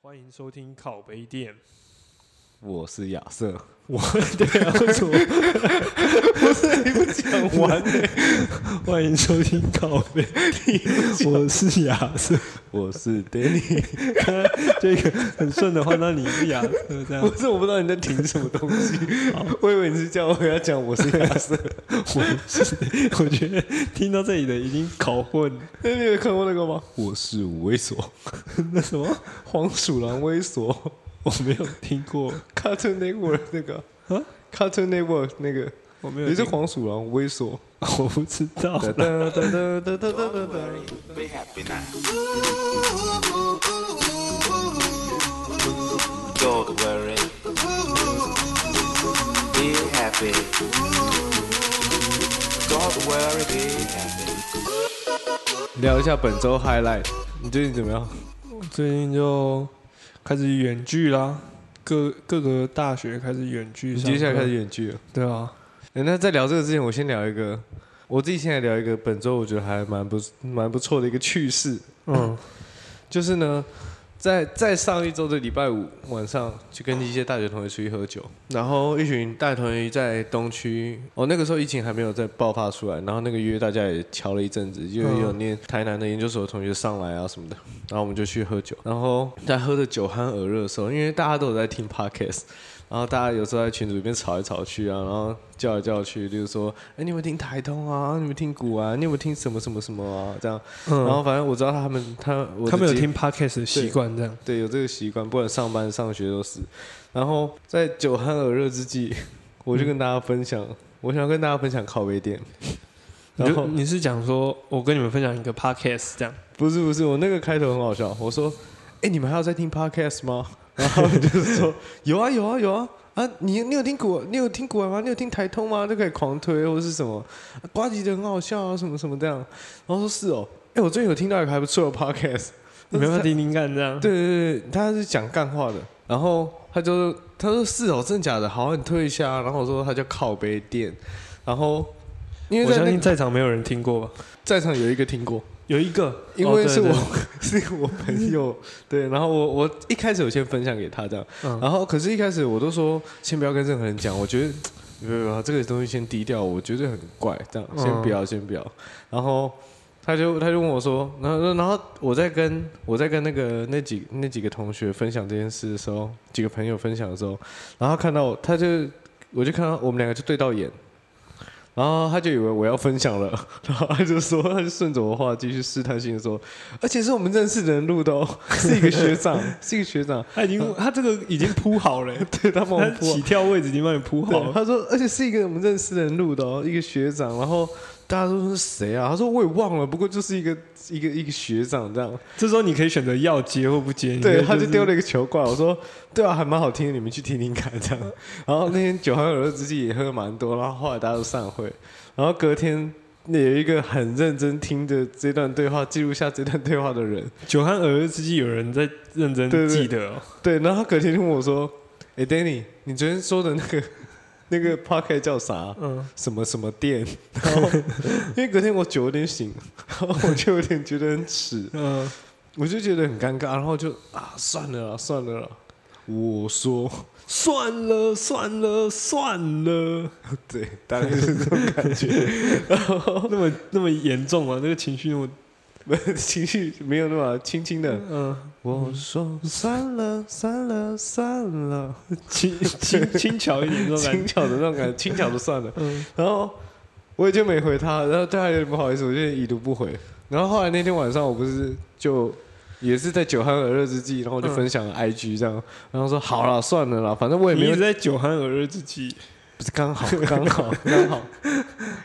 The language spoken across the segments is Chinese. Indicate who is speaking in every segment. Speaker 1: 欢迎收听烤杯店，
Speaker 2: 我是亚瑟，
Speaker 1: 我 对啊，为什 么
Speaker 2: 讲完，
Speaker 1: 欢迎收听烤杯店，我是亚瑟。
Speaker 2: 我是 Danny，
Speaker 1: 这个很顺的换到你是亚瑟这样
Speaker 2: 不，是我不知道你在听什么东 西，我以为你是叫我要讲我是亚瑟，
Speaker 1: 我是 我觉得听到这里的已经搞混了。
Speaker 2: 那你有看过那个吗？我是无猥 琐，
Speaker 1: 那什么，
Speaker 2: 黄鼠狼猥琐
Speaker 1: 我没有听过，
Speaker 2: ，Cartoon Network 那个
Speaker 1: 啊
Speaker 2: ，Cartoon Network 那个，
Speaker 1: 我没有
Speaker 2: 也是
Speaker 1: 听过，
Speaker 2: 黄鼠狼猥琐。
Speaker 1: 我不知道。
Speaker 2: 哒哒哒哒哒哒哒哒。
Speaker 3: Don't worry. Be happy. Don't worry, be happy.
Speaker 2: 聊一下本周 highlight，你最近怎么样？
Speaker 1: 最近就开始远距啦，各各个大学开始远距
Speaker 2: 你
Speaker 1: 上课，
Speaker 2: 接下来开始远距了。
Speaker 1: 对啊，
Speaker 2: 欸那在聊这个之前，我先聊一个，我自己先来聊一个本周我觉得还蛮不蛮不错的一个趣事，
Speaker 1: 嗯
Speaker 2: 就是呢，在在上一周的礼拜五晚上，去跟一些大学同学出去喝酒，然后一群大学同学在东区，哦，那个时候疫情还没有再爆发出来，然后那个约大家也敲了一阵子，就
Speaker 1: 嗯
Speaker 2: 有念台南的研究所的同学上来啊什么的，然后我们就去喝酒，然后在喝的酒酣耳热的时候，因为大家都有在听 podcast。然后大家有时候在群组里面吵来吵去啊，然后叫来叫去，就是说，哎，你有没有听台通啊？你有没有听鼓啊？你有没有听什么什么什么啊？这样，
Speaker 1: 嗯，
Speaker 2: 然后反正我知道他们，他我的
Speaker 1: 他们有
Speaker 2: 姐
Speaker 1: 听 podcast 的习惯这样，
Speaker 2: 对，有这个习惯，不管上班上学都是。然后在酒酣耳热之际， 我就跟大家分享，我想跟大家分享靠杯店。
Speaker 1: 你
Speaker 2: 然
Speaker 1: 就
Speaker 2: 后
Speaker 1: 你是讲说，我跟你们分享一个 podcast 这样，
Speaker 2: 不是不是，我那个开头很好笑，我说：“哎、你们还有在听 podcast 吗？” 然后他们就是说：“有啊有啊有啊啊！你你有听古你有听古玩吗？你有听台通吗？就可以狂推或是什么，啊瓜吉的很好笑啊，什么什么这样。”然后说：“是哦，哎、我最近有听到一个还不错的 podcast。”
Speaker 1: 你们要不要听听看这样。
Speaker 2: 对对对，他是讲干话的，然后他就他说是哦，真的假的？好，你退一下。啊然后我说他叫靠杯店，然后因为
Speaker 1: 我
Speaker 2: 在
Speaker 1: 相
Speaker 2: 那
Speaker 1: 信
Speaker 2: 个
Speaker 1: 在场没有人听过吧？
Speaker 2: 在场有一个听过，
Speaker 1: 有一个，
Speaker 2: 因为
Speaker 1: 哦
Speaker 2: 是我、
Speaker 1: 对对
Speaker 2: 是我朋友，对，然后我我一开始我先分享给他这样，
Speaker 1: 嗯
Speaker 2: 然后可是一开始我都说先不要跟任何人讲，我觉得。不不不，这个东西先低调，我觉得很怪，这样先不
Speaker 1: 嗯
Speaker 2: 要，先不要。然后他就他就问我说，然后然后我在跟我在跟那个那几那几个同学分享这件事的时候，几个朋友分享的时候，然后他看到我，他就我就看到我们两个就对到眼，然后他就以为我要分享了，然后他就说他就顺着我的话继续试探性的说，而且是我们认识的人录的哦，是一个学长， 是一个学长，
Speaker 1: 他已 经他这个已经铺好了，
Speaker 2: 对他帮我
Speaker 1: 他
Speaker 2: 铺好
Speaker 1: 起跳位置已经帮你铺好
Speaker 2: 对，
Speaker 1: 了。
Speaker 2: 他说，而且是一个我们认识的人录的哦，一个学长，然后大家都说是谁啊？他说我也忘了，不过就是一个一个一个学长这样。
Speaker 1: 这时候你可以选择要接或不接。
Speaker 2: 对，
Speaker 1: 你可
Speaker 2: 他
Speaker 1: 以
Speaker 2: 嗯就是丢了一个球过来，我说对啊，还蛮好听的，你们去听听看这样。然后那天酒酣耳热之际也喝蛮多，然后后来大家都散会，然后隔天。有一个很认真听着这段对话，记录下这段对话的人，
Speaker 1: 酒酣耳热之际，有人在认真
Speaker 2: 对对
Speaker 1: 记得哦。
Speaker 2: 对，然后他隔天就问我说：“哎、d a n n y 你昨天说的那个 那个 p o c k e t 叫啥？”
Speaker 1: 嗯，
Speaker 2: 什么什么店，然后因为隔天我酒有点醒，然后我就有点觉得很耻，
Speaker 1: 嗯，
Speaker 2: 我就觉得很尴尬，然后就啊算了啦，算了啦。我说，
Speaker 1: 算了算了算了，
Speaker 2: 对，大概就是这种感觉，
Speaker 1: 那么那么严重啊？那个情绪那么……
Speaker 2: 没有情绪没有那么轻轻的。
Speaker 1: 嗯，
Speaker 2: 我说算了，算了，算了，
Speaker 1: 轻轻轻巧一点这种感
Speaker 2: 轻
Speaker 1: 觉。
Speaker 2: 巧的那种感觉，轻巧的算了。
Speaker 1: 嗯，
Speaker 2: 然后我也就没回他，然后对他有点不好意思，我就已读不回。然后后来那天晚上，我不是就也是在酒酣耳热之际，然后我就
Speaker 1: 嗯
Speaker 2: 分享了 IG 这样，然后说好了，算了啦，反正我也
Speaker 1: 你
Speaker 2: 没
Speaker 1: 一
Speaker 2: 有
Speaker 1: 直，在酒酣耳热之际。
Speaker 2: 不是刚好刚好 刚好，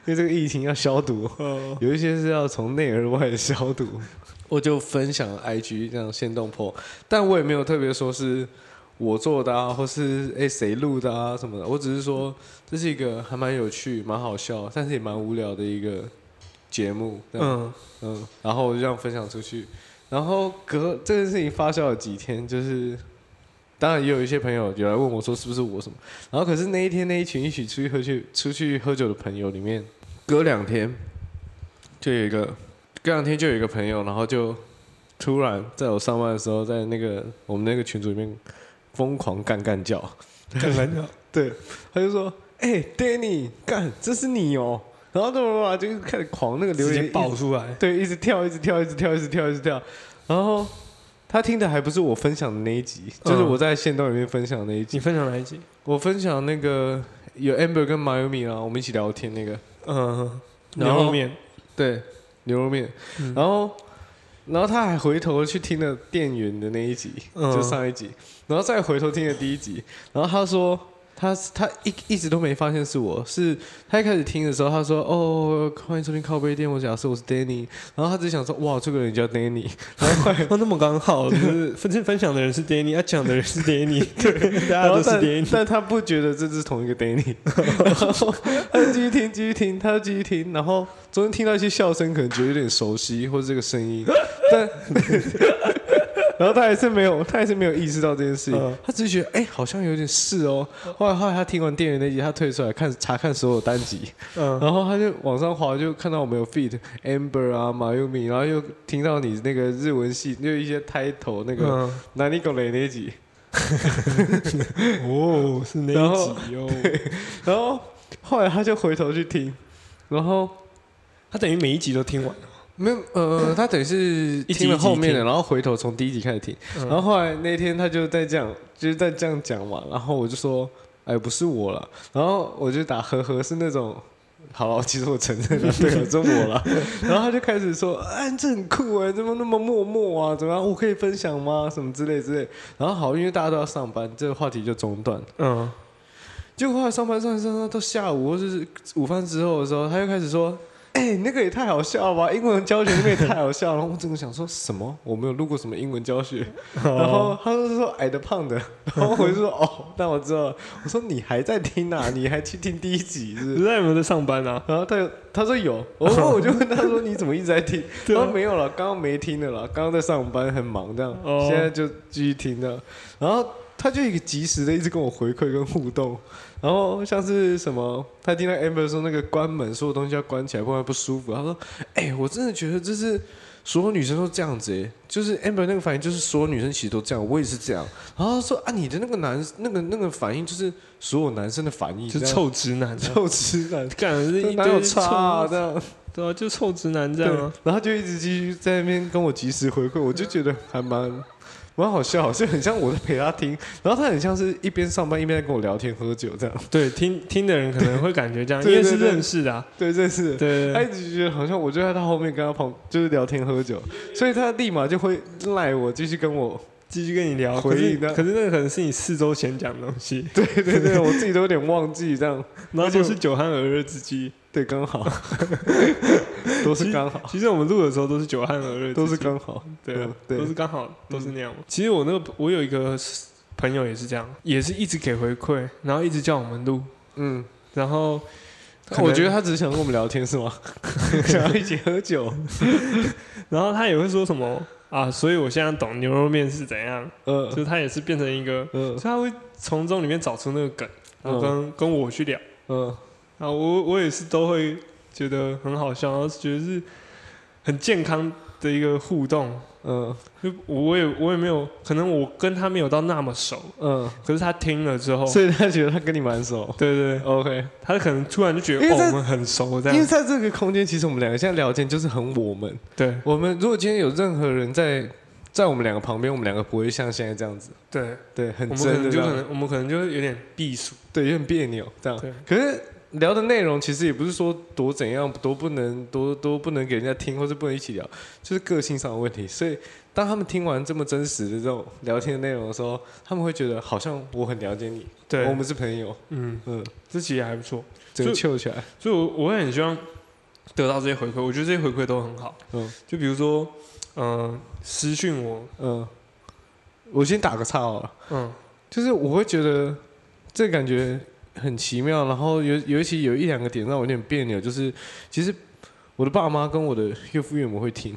Speaker 2: 因为这个疫情要消毒，
Speaker 1: 哦，
Speaker 2: 有一些是要从内而外的消毒， 我就分享 IG 这样先动破，但我也没有特别说是我做的啊，或是哎谁录的啊什么的，我只是说这是一个还蛮有趣、蛮好笑，但是也蛮无聊的一个节目，嗯
Speaker 1: 嗯，
Speaker 2: 嗯，然后我就这样分享出去，然后隔这件事情发酵了几天，就是。当然也有一些朋友有来问我说是不是我什么，然后可是那一天那一群一起出去喝去出去喝酒的朋友里面，隔两天就有一个，隔两天就有一个朋友，然后就突然在我上班的时候，在那个我们那个群组里面疯狂干干叫，
Speaker 1: 看篮球，
Speaker 2: 对，他就说：“哎、d a n n y 干，这是你哦。”然后怎么吧，就是开始狂那 个
Speaker 1: 直
Speaker 2: 留
Speaker 1: 接
Speaker 2: 言一直
Speaker 1: 爆出来，
Speaker 2: 对，一直跳，一直跳，一直跳，一直跳，一直跳。然后他听的还不是我分享的那一集，就是
Speaker 1: 嗯
Speaker 2: 我在线动里面分享的那一集。
Speaker 1: 你分享哪一集？
Speaker 2: 我分享那个有 Amber 跟 Miami 啊，我们一起聊天那个，
Speaker 1: 嗯，
Speaker 2: 然
Speaker 1: 牛
Speaker 2: 后
Speaker 1: 肉面，
Speaker 2: 对，牛肉面。
Speaker 1: 嗯
Speaker 2: 然后，然后他还回头去听了店员的那一集，
Speaker 1: 嗯
Speaker 2: 就上一集，然后再回头听了第一集。然后他说。他他一一直都没发现是我，是他一开始听的时候，他说：“哦，欢迎收听靠背店，我假设我是 Danny。”然后他只想说：“哇，这个人叫 Danny。”然后后来
Speaker 1: 哦，那么刚好，就是分分分享的人是 Danny，他讲的人是 Danny，对， 大
Speaker 2: 然
Speaker 1: 家
Speaker 2: 后
Speaker 1: 都是
Speaker 2: 但
Speaker 1: Danny，
Speaker 2: 但他不觉得这是同一个 Danny，然后 他就继续听，继续听，他就继续听，然后中间听到一些笑声，可能觉得有点熟悉，或者这个声音，但 然后他还是没有，他还是没有意识到这件事情，
Speaker 1: 嗯
Speaker 2: 他只是觉得哎、好像有点是哦。后来后来他听完店员那集，他退出来看查看所有单集，
Speaker 1: 嗯，
Speaker 2: 然后他就往上滑，就看到我们有 feed Amber 啊、马优米，然后又听到你那个日文系，就一些 title 那个
Speaker 1: 嗯，
Speaker 2: 南尼狗雷那集。
Speaker 1: 哦，是那
Speaker 2: 然
Speaker 1: 一
Speaker 2: 后
Speaker 1: 集哦，
Speaker 2: 然后后来他就回头去听，然后
Speaker 1: 他等于每一集都听完了，
Speaker 2: 没有呃，他等于是
Speaker 1: 一集
Speaker 2: 听了后面
Speaker 1: 一集
Speaker 2: 的，然后回头从第一集开始听，
Speaker 1: 嗯
Speaker 2: 然后后来那天他就在这样，就是在这样讲嘛，然后我就说，哎，不是我了，然后我就打呵呵，是那种。好了，其实我承认了，对了，是我 了。然后他就开始说：“哎，这很酷哎，怎么那么默默啊？怎么样？我可以分享吗？什么之类之类。”然后好，因为大家都要上班，这个话题就中断。
Speaker 1: 嗯，
Speaker 2: 结果后来上班上班上班到下午或者是午饭之后的时候，他又开始说：“哎、那个也太好笑了吧！英文教学那个也太好笑了。”然后我整个想说什么？我没有录过什么英文教学。然后他就是说矮的胖的，然后我就说：“哦，那我知道了。”我说：“你还在听啊？你还去听第一集是不
Speaker 1: 你
Speaker 2: 是
Speaker 1: 知道有没有在上班啊？”？
Speaker 2: 然后他有他说有，我后我就问他说：“你怎么一直在听？”他
Speaker 1: 对啊
Speaker 2: 说：“没有了，刚刚没听的了啦，刚刚在上班很忙这样，
Speaker 1: 哦
Speaker 2: 现在就继续听的。”然后他就一个及时的一直跟我回馈跟互动，然后像是什么，他听到 Amber 说那个关门，所有东西要关起来，不然不舒服。他说：“哎、我真的觉得这是所有女生都这样子、欸，就是 Amber 那个反应，就是所有女生其实都这样，我也是这样。”然后他说：“啊，你的那个男那个那个反应，就是所有男生的反应，
Speaker 1: 就
Speaker 2: 这样
Speaker 1: 臭直男啊，
Speaker 2: 臭直男，
Speaker 1: 干是一
Speaker 2: 哪有
Speaker 1: 堆
Speaker 2: 差、啊、
Speaker 1: 臭，
Speaker 2: 这样？”
Speaker 1: 对啊，就臭直男这
Speaker 2: 对，
Speaker 1: 样啊，
Speaker 2: 然后他就一直继续在那边跟我及时回馈，我就觉得还蛮蛮好笑，就很像我在陪他听，然后他很像是一边上班一边在跟我聊天喝酒这样。
Speaker 1: 对，听听的人可能会感觉这样，因
Speaker 2: 对
Speaker 1: 为是
Speaker 2: 对对
Speaker 1: 认识的啊，
Speaker 2: 对，真是的。
Speaker 1: 对，对
Speaker 2: 他
Speaker 1: 对
Speaker 2: 一直觉得好像我就在他后面跟他旁就是聊天喝酒，所以他立马就会赖我继续跟我，
Speaker 1: 继续跟你聊，
Speaker 2: 回
Speaker 1: 可是
Speaker 2: 应的
Speaker 1: 可是那个可能是你四周前讲的东西，
Speaker 2: 对对对，我自己都有点忘记这样，
Speaker 1: 然后就是酒酣耳热之际。
Speaker 2: 对，刚好，都是刚好，
Speaker 1: 其实我们录的时候都是酒酣耳热之际，
Speaker 2: 都是刚好，
Speaker 1: 对嗯啊
Speaker 2: 嗯，对
Speaker 1: 都是刚好都是那样。其实我那个我有一个朋友也是这样，也是一直给回馈，然后一直叫我们录，
Speaker 2: 嗯，
Speaker 1: 然后可能
Speaker 2: 我觉得他只是想跟我们聊天是吗？ 想要一起喝 酒，
Speaker 1: 然后他也会说什么啊，所以我现在懂牛肉面是怎样，
Speaker 2: 嗯
Speaker 1: 就是他也是变成一个，
Speaker 2: 嗯
Speaker 1: 所以他会从中里面找出那个梗，然后跟跟我去聊，
Speaker 2: 嗯，
Speaker 1: 然后我我也是都会觉得很好笑，然后觉得是很健康的一个互动。
Speaker 2: 嗯
Speaker 1: 就我也我也没有，可能我跟他没有到那么熟，
Speaker 2: 嗯，
Speaker 1: 可是他听了之后，
Speaker 2: 所以他觉得他跟你蛮熟。
Speaker 1: 对对对，
Speaker 2: OK，
Speaker 1: 他可能突然就觉得
Speaker 2: 因为
Speaker 1: 哦，
Speaker 2: 在
Speaker 1: 我们很熟这
Speaker 2: 因为
Speaker 1: 样。
Speaker 2: 在这个空间，其实我们两个现在聊天就是很我们。
Speaker 1: 对
Speaker 2: 我们如果今天有任何人在在我们两个旁边，我们两个不会像现在这样子，
Speaker 1: 对，
Speaker 2: 对，很
Speaker 1: 我们可
Speaker 2: 真
Speaker 1: 能
Speaker 2: 的
Speaker 1: 就
Speaker 2: 这样
Speaker 1: 可能我们可能就有点避暑。
Speaker 2: 对，有点别扭这样
Speaker 1: 对。
Speaker 2: 可是聊的内容其实也不是说多怎样，多不能多多不能给人家听，或者不能一起聊，就是个性上的问题。所以当他们听完这么真实的这种聊天的内容的时候，他们会觉得好像我很了解你，
Speaker 1: 对，
Speaker 2: 我们是朋友，
Speaker 1: 嗯，
Speaker 2: 嗯，
Speaker 1: 这其实还不错，
Speaker 2: 整个
Speaker 1: 就
Speaker 2: 凑起来，
Speaker 1: 所以我我会很希望得到这些回馈，我觉得这些回馈都很好。
Speaker 2: 嗯。
Speaker 1: 就比如说，嗯、私讯我，
Speaker 2: 嗯，我先打个岔好了，
Speaker 1: 嗯
Speaker 2: 就是我会觉得这感觉很奇妙，然后尤尤其有一两个点让我有点别扭，就是其实我的爸妈跟我的岳父岳母会听，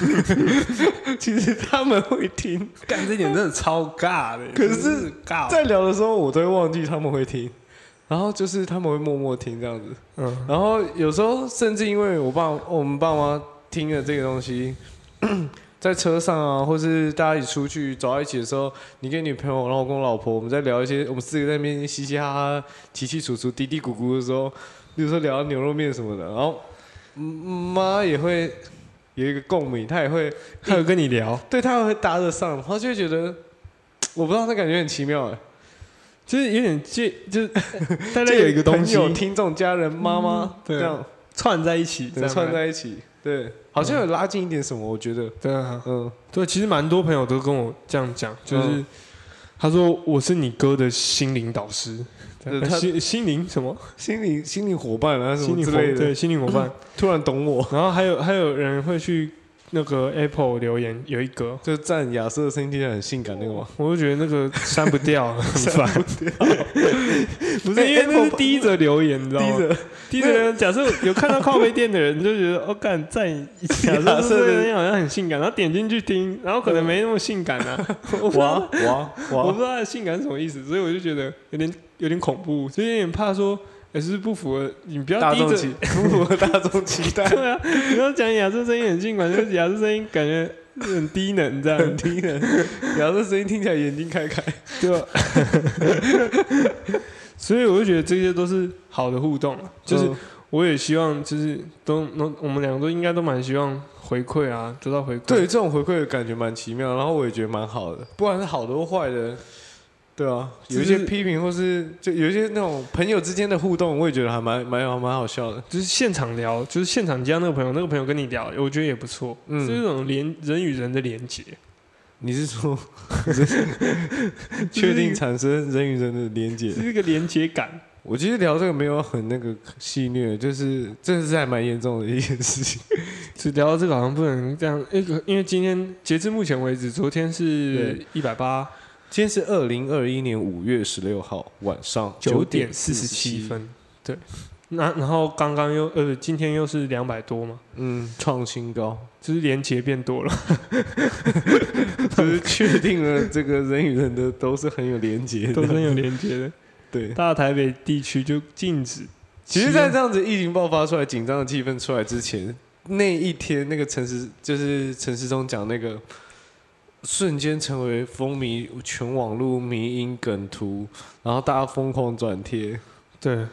Speaker 2: 其实他们会听，
Speaker 1: 嗯干这点真的超尬的，
Speaker 2: 可是
Speaker 1: 真的尬
Speaker 2: 在聊的时候我都会忘记他们会听，然后就是他们会默默听这样子，
Speaker 1: 嗯
Speaker 2: 然后有时候甚至因为我爸我们爸妈听了这个东西， 在车上啊，或是大家一起出去走到一起的时候，你跟你朋友，然后我跟我老婆，我们在聊一些，我们四个在那边嘻嘻哈哈、起起楚楚、嘀嘀咕咕的时候，比如说聊到牛肉面什么的，然后嗯妈也会有一个共鸣，她也会
Speaker 1: 他有跟你聊，
Speaker 2: 对她也会搭得上，然后就会觉得我不知道，那感觉很奇妙哎。
Speaker 1: 就是有点借， 就是大家有一个东西
Speaker 2: 有听众、家人、妈妈
Speaker 1: 对
Speaker 2: 这样
Speaker 1: 串在一起，
Speaker 2: 整个嗯串在一起，对，好像有拉近一点什么，我觉得，
Speaker 1: 对啊，
Speaker 2: 嗯，
Speaker 1: 对，其实蛮多朋友都跟我这样讲，就是、
Speaker 2: 嗯
Speaker 1: 他说我是你哥的心灵导师，
Speaker 2: 对他
Speaker 1: 心心灵什么
Speaker 2: 心灵心灵伙伴啊什
Speaker 1: 心
Speaker 2: 么
Speaker 1: 灵
Speaker 2: 之
Speaker 1: 伙
Speaker 2: 类
Speaker 1: 对
Speaker 2: 的，
Speaker 1: 心灵伙伴，
Speaker 2: 突然懂我，
Speaker 1: 然后还有还有人会去那个 Apple 留言，有一个。
Speaker 2: 就赞亚瑟的声音听起来很性感那个嘛，
Speaker 1: 我就觉得那个删不掉， 很烦。
Speaker 2: 不
Speaker 1: 不是因为那是第
Speaker 2: 一
Speaker 1: 一则留言，你知道
Speaker 2: 低
Speaker 1: 吗？
Speaker 2: 着，
Speaker 1: 第一则假设有看到靠背店的人，你就觉得哦，干在 假设这个人好像很性感，然后点进去听，然后可能没那么性感啊。 我不知道
Speaker 2: 哇哇
Speaker 1: 我
Speaker 2: 哇
Speaker 1: 不，知道他的性感是什么意思，所以我就觉得有点有点恐怖，所以有点怕说，也、是不是不符合你不要
Speaker 2: 大
Speaker 1: 低
Speaker 2: 众
Speaker 1: 着，
Speaker 2: 期，符合大众期待，
Speaker 1: 对啊，你要讲亚瑟声音很性感，就是亚瑟声音感觉很低能这
Speaker 2: 很
Speaker 1: 样，
Speaker 2: 低的， 亚瑟声音听起来眼睛开开，
Speaker 1: 对吧？所以我就觉得这些都是好的互动，啊就是
Speaker 2: 嗯
Speaker 1: 我也希望就是都能我们两个都应该都蛮希望回馈啊，得到回馈，
Speaker 2: 对这种回馈的感觉蛮奇妙，然后我也觉得蛮好的，不管是好的或坏的，对啊，有一些
Speaker 1: 就是
Speaker 2: 批评或是就有一些那种朋友之间的互动，我也觉得还蛮蛮好蛮好笑的。
Speaker 1: 就是现场聊，就是现场加那个朋友，那个朋友跟你聊，我觉得也不错，
Speaker 2: 嗯
Speaker 1: 是一种连人与人的连 接。
Speaker 2: 你 是说确定产生人与人的连接？
Speaker 1: 是一个连接感。
Speaker 2: 我其实聊这个没有很那个戏谑，就是这是还蛮严重的一件事 情。
Speaker 1: 只聊到这个好像不能这样，因为因为今天截至目前为止，昨天是
Speaker 2: 对
Speaker 1: 一百八
Speaker 2: 今天是二零二一年五月十六号晚上
Speaker 1: 九点
Speaker 2: 点
Speaker 1: 四十七
Speaker 2: 47，
Speaker 1: 分，对。那然后刚刚又呃，今天又是两百多嘛，
Speaker 2: 嗯，创新高。
Speaker 1: 就是连接变多 了。
Speaker 2: 就是确定了这个人与人的都是很有连接的，
Speaker 1: 都是有连接 的。
Speaker 2: 对。
Speaker 1: 大台北地区就禁止，
Speaker 2: 其实，在这样子疫情爆发出来、紧张的气氛出来之前，那一天那个陈时就是陈时中讲那个，瞬间成为风靡全网络迷因梗图，然后大家疯狂转贴。
Speaker 1: 对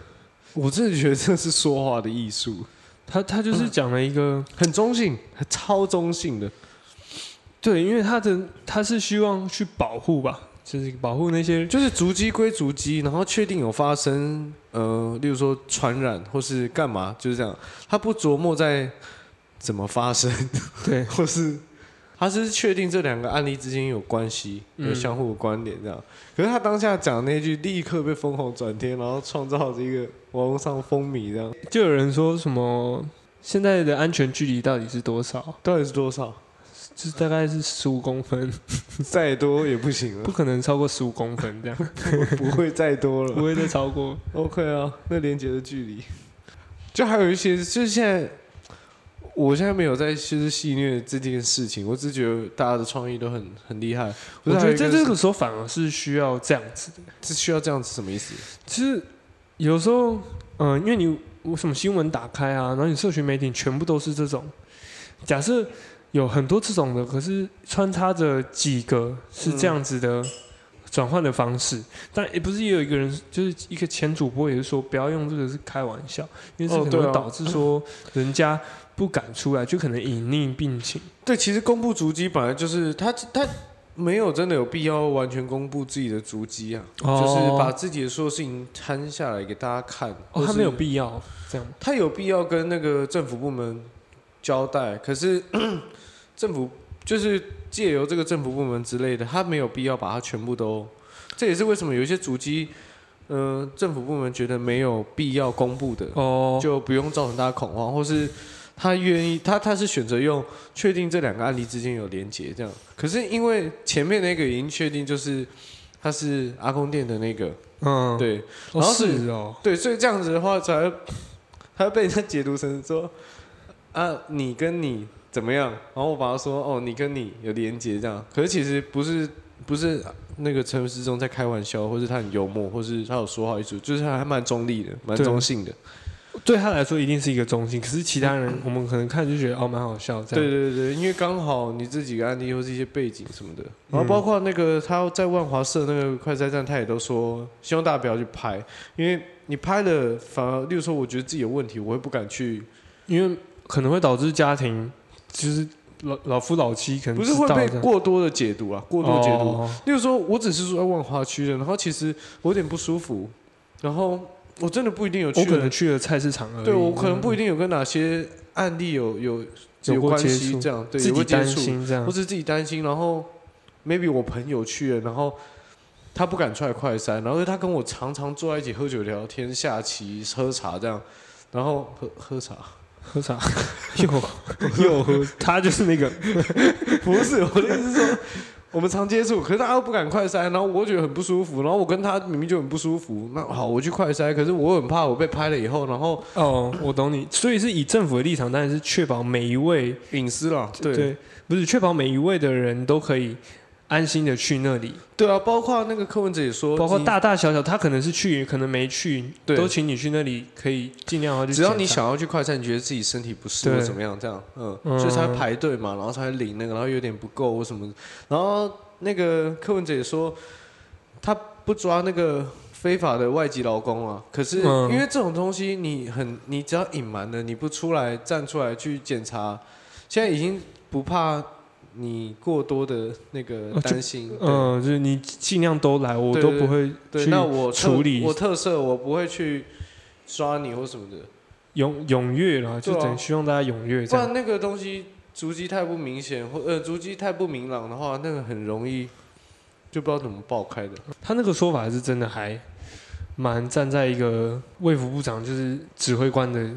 Speaker 2: 我真的觉得这是说话的艺术，
Speaker 1: 他他就是讲了一个、
Speaker 2: 很中性，超中性的。
Speaker 1: 对，因为他的他是希望去保护吧，就是保护那些
Speaker 2: 就是足迹归足迹，然后确定有发生，呃，例如说传染或是干嘛，就是这样。他不琢磨在怎么发生，
Speaker 1: 对
Speaker 2: 或是他是确定这两个案例之间有关系，
Speaker 1: 嗯
Speaker 2: 有相互的关联这样。可是他当下讲那句，立刻被疯狂转贴，然后创造这个网络上风靡这样，
Speaker 1: 就有人说什么现在的安全距离到底是多少？
Speaker 2: 到底是多 少？
Speaker 1: 就是大概是十五公分，
Speaker 2: 再多也不行
Speaker 1: 不
Speaker 2: 了，
Speaker 1: 可能超过十五公分这样，
Speaker 2: 不会再多了
Speaker 1: 不。会再超过。
Speaker 2: OK 啊，那连接的距离，就还有一些，就是现在，我现在没有在就是戏虐这件事情，我只是觉得大家的创意都很很厉害。
Speaker 1: 我觉得在这
Speaker 2: 个
Speaker 1: 个时候反而是需要这样子的。
Speaker 2: 是需要这样子什么意思？
Speaker 1: 其实有时候，嗯、因为你我什么新闻打开啊，然后你社群媒体全部都是这种，假设有很多这种的，可是穿插着几个是这样子的。转换的方式，但也不是也有一个人，就是一个前主播也是说，不要用这个是开玩笑，因为这
Speaker 2: 哦
Speaker 1: 可
Speaker 2: 对
Speaker 1: 能
Speaker 2: 啊
Speaker 1: 会导致说人家不敢出来，就可能隐匿病情。
Speaker 2: 对，其实公布足迹本来就是他他没有真的有必要完全公布自己的足迹啊，就是把自己的所有事情摊下来给大家看。
Speaker 1: 哦，他
Speaker 2: 或是
Speaker 1: 没有必要这样。
Speaker 2: 他有必要跟那个政府部门交代，可是 政府就是借由这个政府部门之类的，他没有必要把它全部都。这也是为什么有一些主机，呃，政府部门觉得没有必要公布的，
Speaker 1: 哦，
Speaker 2: 就不用造成大家恐慌，或是他愿意，他他是选择用确定这两个案例之间有连结这样。可是因为前面那个已经确定就是他是阿公店的那个，
Speaker 1: 嗯，
Speaker 2: 对，
Speaker 1: 哦，
Speaker 2: 然后是
Speaker 1: 是哦，
Speaker 2: 对，所以这样子的话，才会才会被人家解读成说啊，你跟你怎么样？然后我把他说哦，你跟你有连接这样。可是其实不是不是那个陈世忠在开玩笑，或是他很幽默，或是他有说话艺术，就是他还蛮中立的，蛮
Speaker 1: 对
Speaker 2: 中性的。
Speaker 1: 对他来说一定是一个中心，可是其他人我们可能看就觉得哦蛮好笑这
Speaker 2: 对
Speaker 1: 样。
Speaker 2: 对对，因为刚好你这几个案例或是一些背景什么的，然后包括那个他在万华社那个快筛站，他也都说希望大家不要去拍，因为你拍了反而，例如说我觉得自己有问题，我会不敢去，
Speaker 1: 对，因为可能会导致家庭就是老老夫老妻可能
Speaker 2: 不是
Speaker 1: 知
Speaker 2: 会
Speaker 1: 道
Speaker 2: 被
Speaker 1: 这样
Speaker 2: 过多的解读啊，过多解读。
Speaker 1: 哦
Speaker 2: 例如说，我只是住在万华区的，然后其实我有点不舒服，然后我真的不一定有去
Speaker 1: 我可
Speaker 2: 了
Speaker 1: 能去了菜市场而已。
Speaker 2: 对我可能不一定有跟哪些案例有有
Speaker 1: 有过
Speaker 2: 关
Speaker 1: 接
Speaker 2: 系，
Speaker 1: 触
Speaker 2: 这样对，
Speaker 1: 自
Speaker 2: 有
Speaker 1: 己
Speaker 2: 过接
Speaker 1: 担
Speaker 2: 触，
Speaker 1: 心这啊样
Speaker 2: 或。是自己担心，然后 maybe 我朋友去了，然后他不敢出来快筛，然后他跟我常常坐在一起喝酒聊天、下棋、喝茶这样，然后喝喝茶，
Speaker 1: 喝 茶又又喝，他就是那个
Speaker 2: 不是我的意思是说。我们常接触，可是大家都不敢快筛，然后我觉得很不舒服，然后我跟他明明就很不舒服。那好，我去快筛，可是我很怕我被拍了以后，然后
Speaker 1: 哦，我懂你。所以是以政府的立场，当然是确保每一位
Speaker 2: 隐私了。对
Speaker 1: 不是确保每一位的人都可以安心的去那里，
Speaker 2: 对啊，包括那个柯文哲也说，
Speaker 1: 包括
Speaker 2: 你
Speaker 1: 大大小小，他可能是去，可能没去，
Speaker 2: 对
Speaker 1: 都请你去那里，可以尽量的话就
Speaker 2: 只要
Speaker 1: 检
Speaker 2: 你
Speaker 1: 查，
Speaker 2: 想要去快餐，你觉得自己身体不适
Speaker 1: 对
Speaker 2: 或怎么样，这样，嗯，
Speaker 1: 嗯
Speaker 2: 所以才会排队嘛，然后才会领那个，然后有点不够或什么，然后那个柯文哲也说，他不抓那个非法的外籍劳工啊，可是
Speaker 1: 嗯
Speaker 2: 因为这种东西，你很，你只要隐瞒了，你不出来站出来去检查，现在已经不怕你过多的那个
Speaker 1: 哦就
Speaker 2: 担心，对
Speaker 1: 嗯，就是你尽量都来，我
Speaker 2: 对
Speaker 1: 都
Speaker 2: 对
Speaker 1: 不会
Speaker 2: 对，
Speaker 1: 去
Speaker 2: 那我特
Speaker 1: 处理
Speaker 2: 我特色，我不会去抓你或什么的。
Speaker 1: 踊踊跃了，就
Speaker 2: 对啊
Speaker 1: 等希望大家踊跃
Speaker 2: 不
Speaker 1: 这样。
Speaker 2: 然那个东西足迹太不明显，或呃足迹太不明朗的话，那个很容易就不知道怎么爆开的。
Speaker 1: 他那个说法是真的还蛮站在一个卫福部长就是指挥官的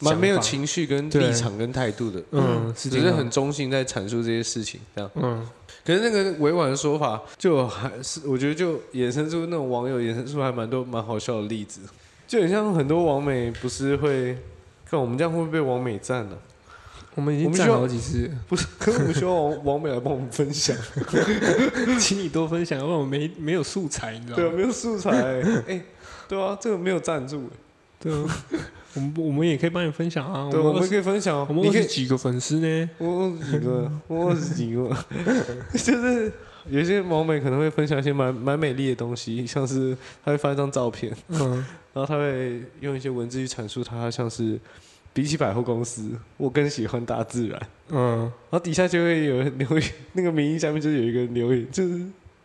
Speaker 2: 蛮没有
Speaker 1: 想法
Speaker 2: 情绪跟
Speaker 1: 对
Speaker 2: 立场跟态度的，
Speaker 1: 嗯是
Speaker 2: 只
Speaker 1: 这
Speaker 2: 是
Speaker 1: 样
Speaker 2: 很中性在阐述这些事情，这样。
Speaker 1: 嗯，
Speaker 2: 可是那个委婉的说法，就还是我觉得就衍生出那种网友衍生出还蛮多蛮好笑的例子，就很像很多网美不是会，看我们这样会不会被网美啊赞呢、
Speaker 1: 我们已经
Speaker 2: 我们
Speaker 1: 站
Speaker 2: 需要
Speaker 1: 好几次了，
Speaker 2: 不是，可是我们希望网网美来帮我们分享。
Speaker 1: 请你多分享，要不然我没没有素材，你知道
Speaker 2: 对啊，
Speaker 1: 吗？
Speaker 2: 没有素材、哎、对啊，这个没有赞助、
Speaker 1: 对啊，我们我们也可以帮你分享啊。
Speaker 2: 对，
Speaker 1: 我
Speaker 2: 我
Speaker 1: 们二
Speaker 2: 们
Speaker 1: 十
Speaker 2: 可以分享哦，
Speaker 1: 我们
Speaker 2: 你
Speaker 1: 二
Speaker 2: 可
Speaker 1: 十
Speaker 2: 以，
Speaker 1: 几个粉丝呢？
Speaker 2: 我二十几个，我二十 几个，就是有些网美可能会分享一些蛮蛮美丽的东西，像是他会发一张照片，
Speaker 1: 嗯，
Speaker 2: 然后他会用一些文字去阐述他像是比起百货公司，我更喜欢大自然。
Speaker 1: 嗯，
Speaker 2: 然后底下就会有人留言，那个名义下面就有一个人留言，就是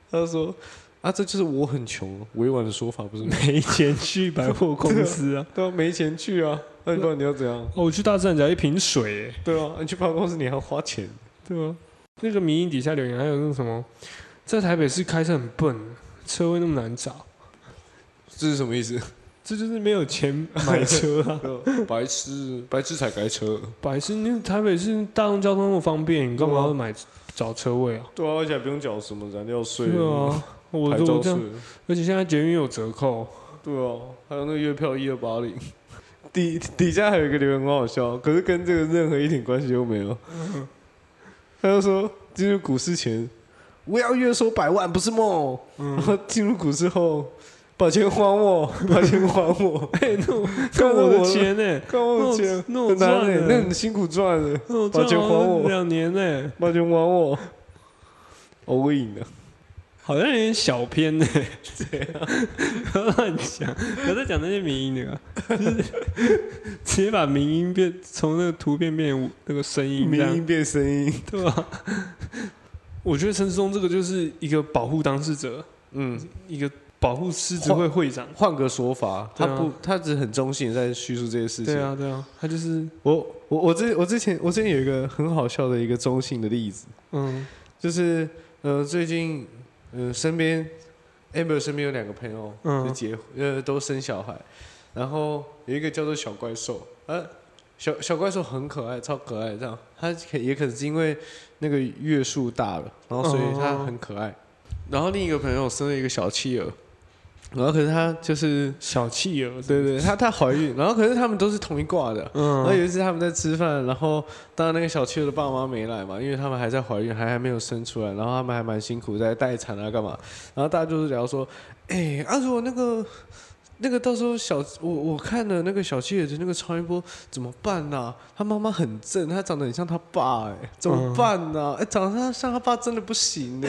Speaker 2: 他说啊，这就是我很穷，啊委婉的说法不是吗？
Speaker 1: 没钱去百货公司 啊。
Speaker 2: 对啊，没钱去啊，那你不然你要怎样？
Speaker 1: 哦，我去大自然只要一瓶水耶，
Speaker 2: 对啊，你去百货公司你还要花钱。
Speaker 1: 对啊，那个迷音底下留言还有那个什么，在台北市开车很笨，车位那么难找，
Speaker 2: 这是什么意思？
Speaker 1: 这就是没有钱买车 啊。
Speaker 2: 白痴，白痴才开车。
Speaker 1: 百事，你台北市大众交通那么方便，你干嘛要买找车位啊？
Speaker 2: 对啊，而且还不用缴什么燃料税，
Speaker 1: 对啊，我
Speaker 2: 牌
Speaker 1: 我
Speaker 2: 照
Speaker 1: 这
Speaker 2: 税
Speaker 1: 样，，而且现在捷运有折 扣，
Speaker 2: 对啊，还有那个月票一二八零。底底下还有一个留言很好笑，可是跟这个任何一点关系都没有。他就说进入股市前，我要月收百万不是梦，然
Speaker 1: 嗯
Speaker 2: 后进入股市后，把钱 还我，把钱还我，
Speaker 1: 哎，那我那我的钱 呢？
Speaker 2: 还我的钱，
Speaker 1: 那我
Speaker 2: 很难
Speaker 1: 赚
Speaker 2: 欸
Speaker 1: 了
Speaker 2: 那很辛苦赚的，
Speaker 1: 那我
Speaker 2: 把
Speaker 1: 赚
Speaker 2: 钱还我
Speaker 1: 了两年呢，
Speaker 2: 把钱还我，哦我赢了。
Speaker 1: 好像有点小偏呢。不要乱讲，不要再讲那些民音的啊，就是直接把民音变从那个图片变成那个声音这
Speaker 2: 民
Speaker 1: 样，
Speaker 2: 音变声音，
Speaker 1: 对吧？我觉得陈世忠这个就是一个保护当事者，
Speaker 2: 嗯，
Speaker 1: 一个保护狮子会会长。
Speaker 2: 换个说法，他
Speaker 1: 对啊
Speaker 2: 不，他只是很中性地在叙述这些事情。
Speaker 1: 对，啊，对啊，他就是
Speaker 2: 我我我之我之前我之前有一个很好笑的一个中性的例子，
Speaker 1: 嗯
Speaker 2: 就是呃最近呃身边 amber 身边有两个朋友
Speaker 1: 嗯
Speaker 2: 就结婚呃都生小孩，然后有一个叫做小怪兽，呃小小怪兽很可爱，超可爱，这样他可也可能是因为那个月数大了，然后所以他很可爱。然后另一个朋友生了一个小企鹅，然后可是他就是
Speaker 1: 小气儿，
Speaker 2: 对对，她她怀孕，然后可是他们都是同一挂的。然后
Speaker 1: 嗯，
Speaker 2: 有一次他们在吃饭，然后当然那个小企鹅的爸妈没来嘛，因为他们还在怀孕，还还没有生出来，然后他们还蛮辛苦在待产啊干嘛，然后大家就是聊说，哎、啊如果那个那个到时候小我我看了那个小七姐的那个超音波怎么办呐、她妈妈很正，她长得很像她爸、哎，怎么办呐、哎、长得像她爸真的不行呢、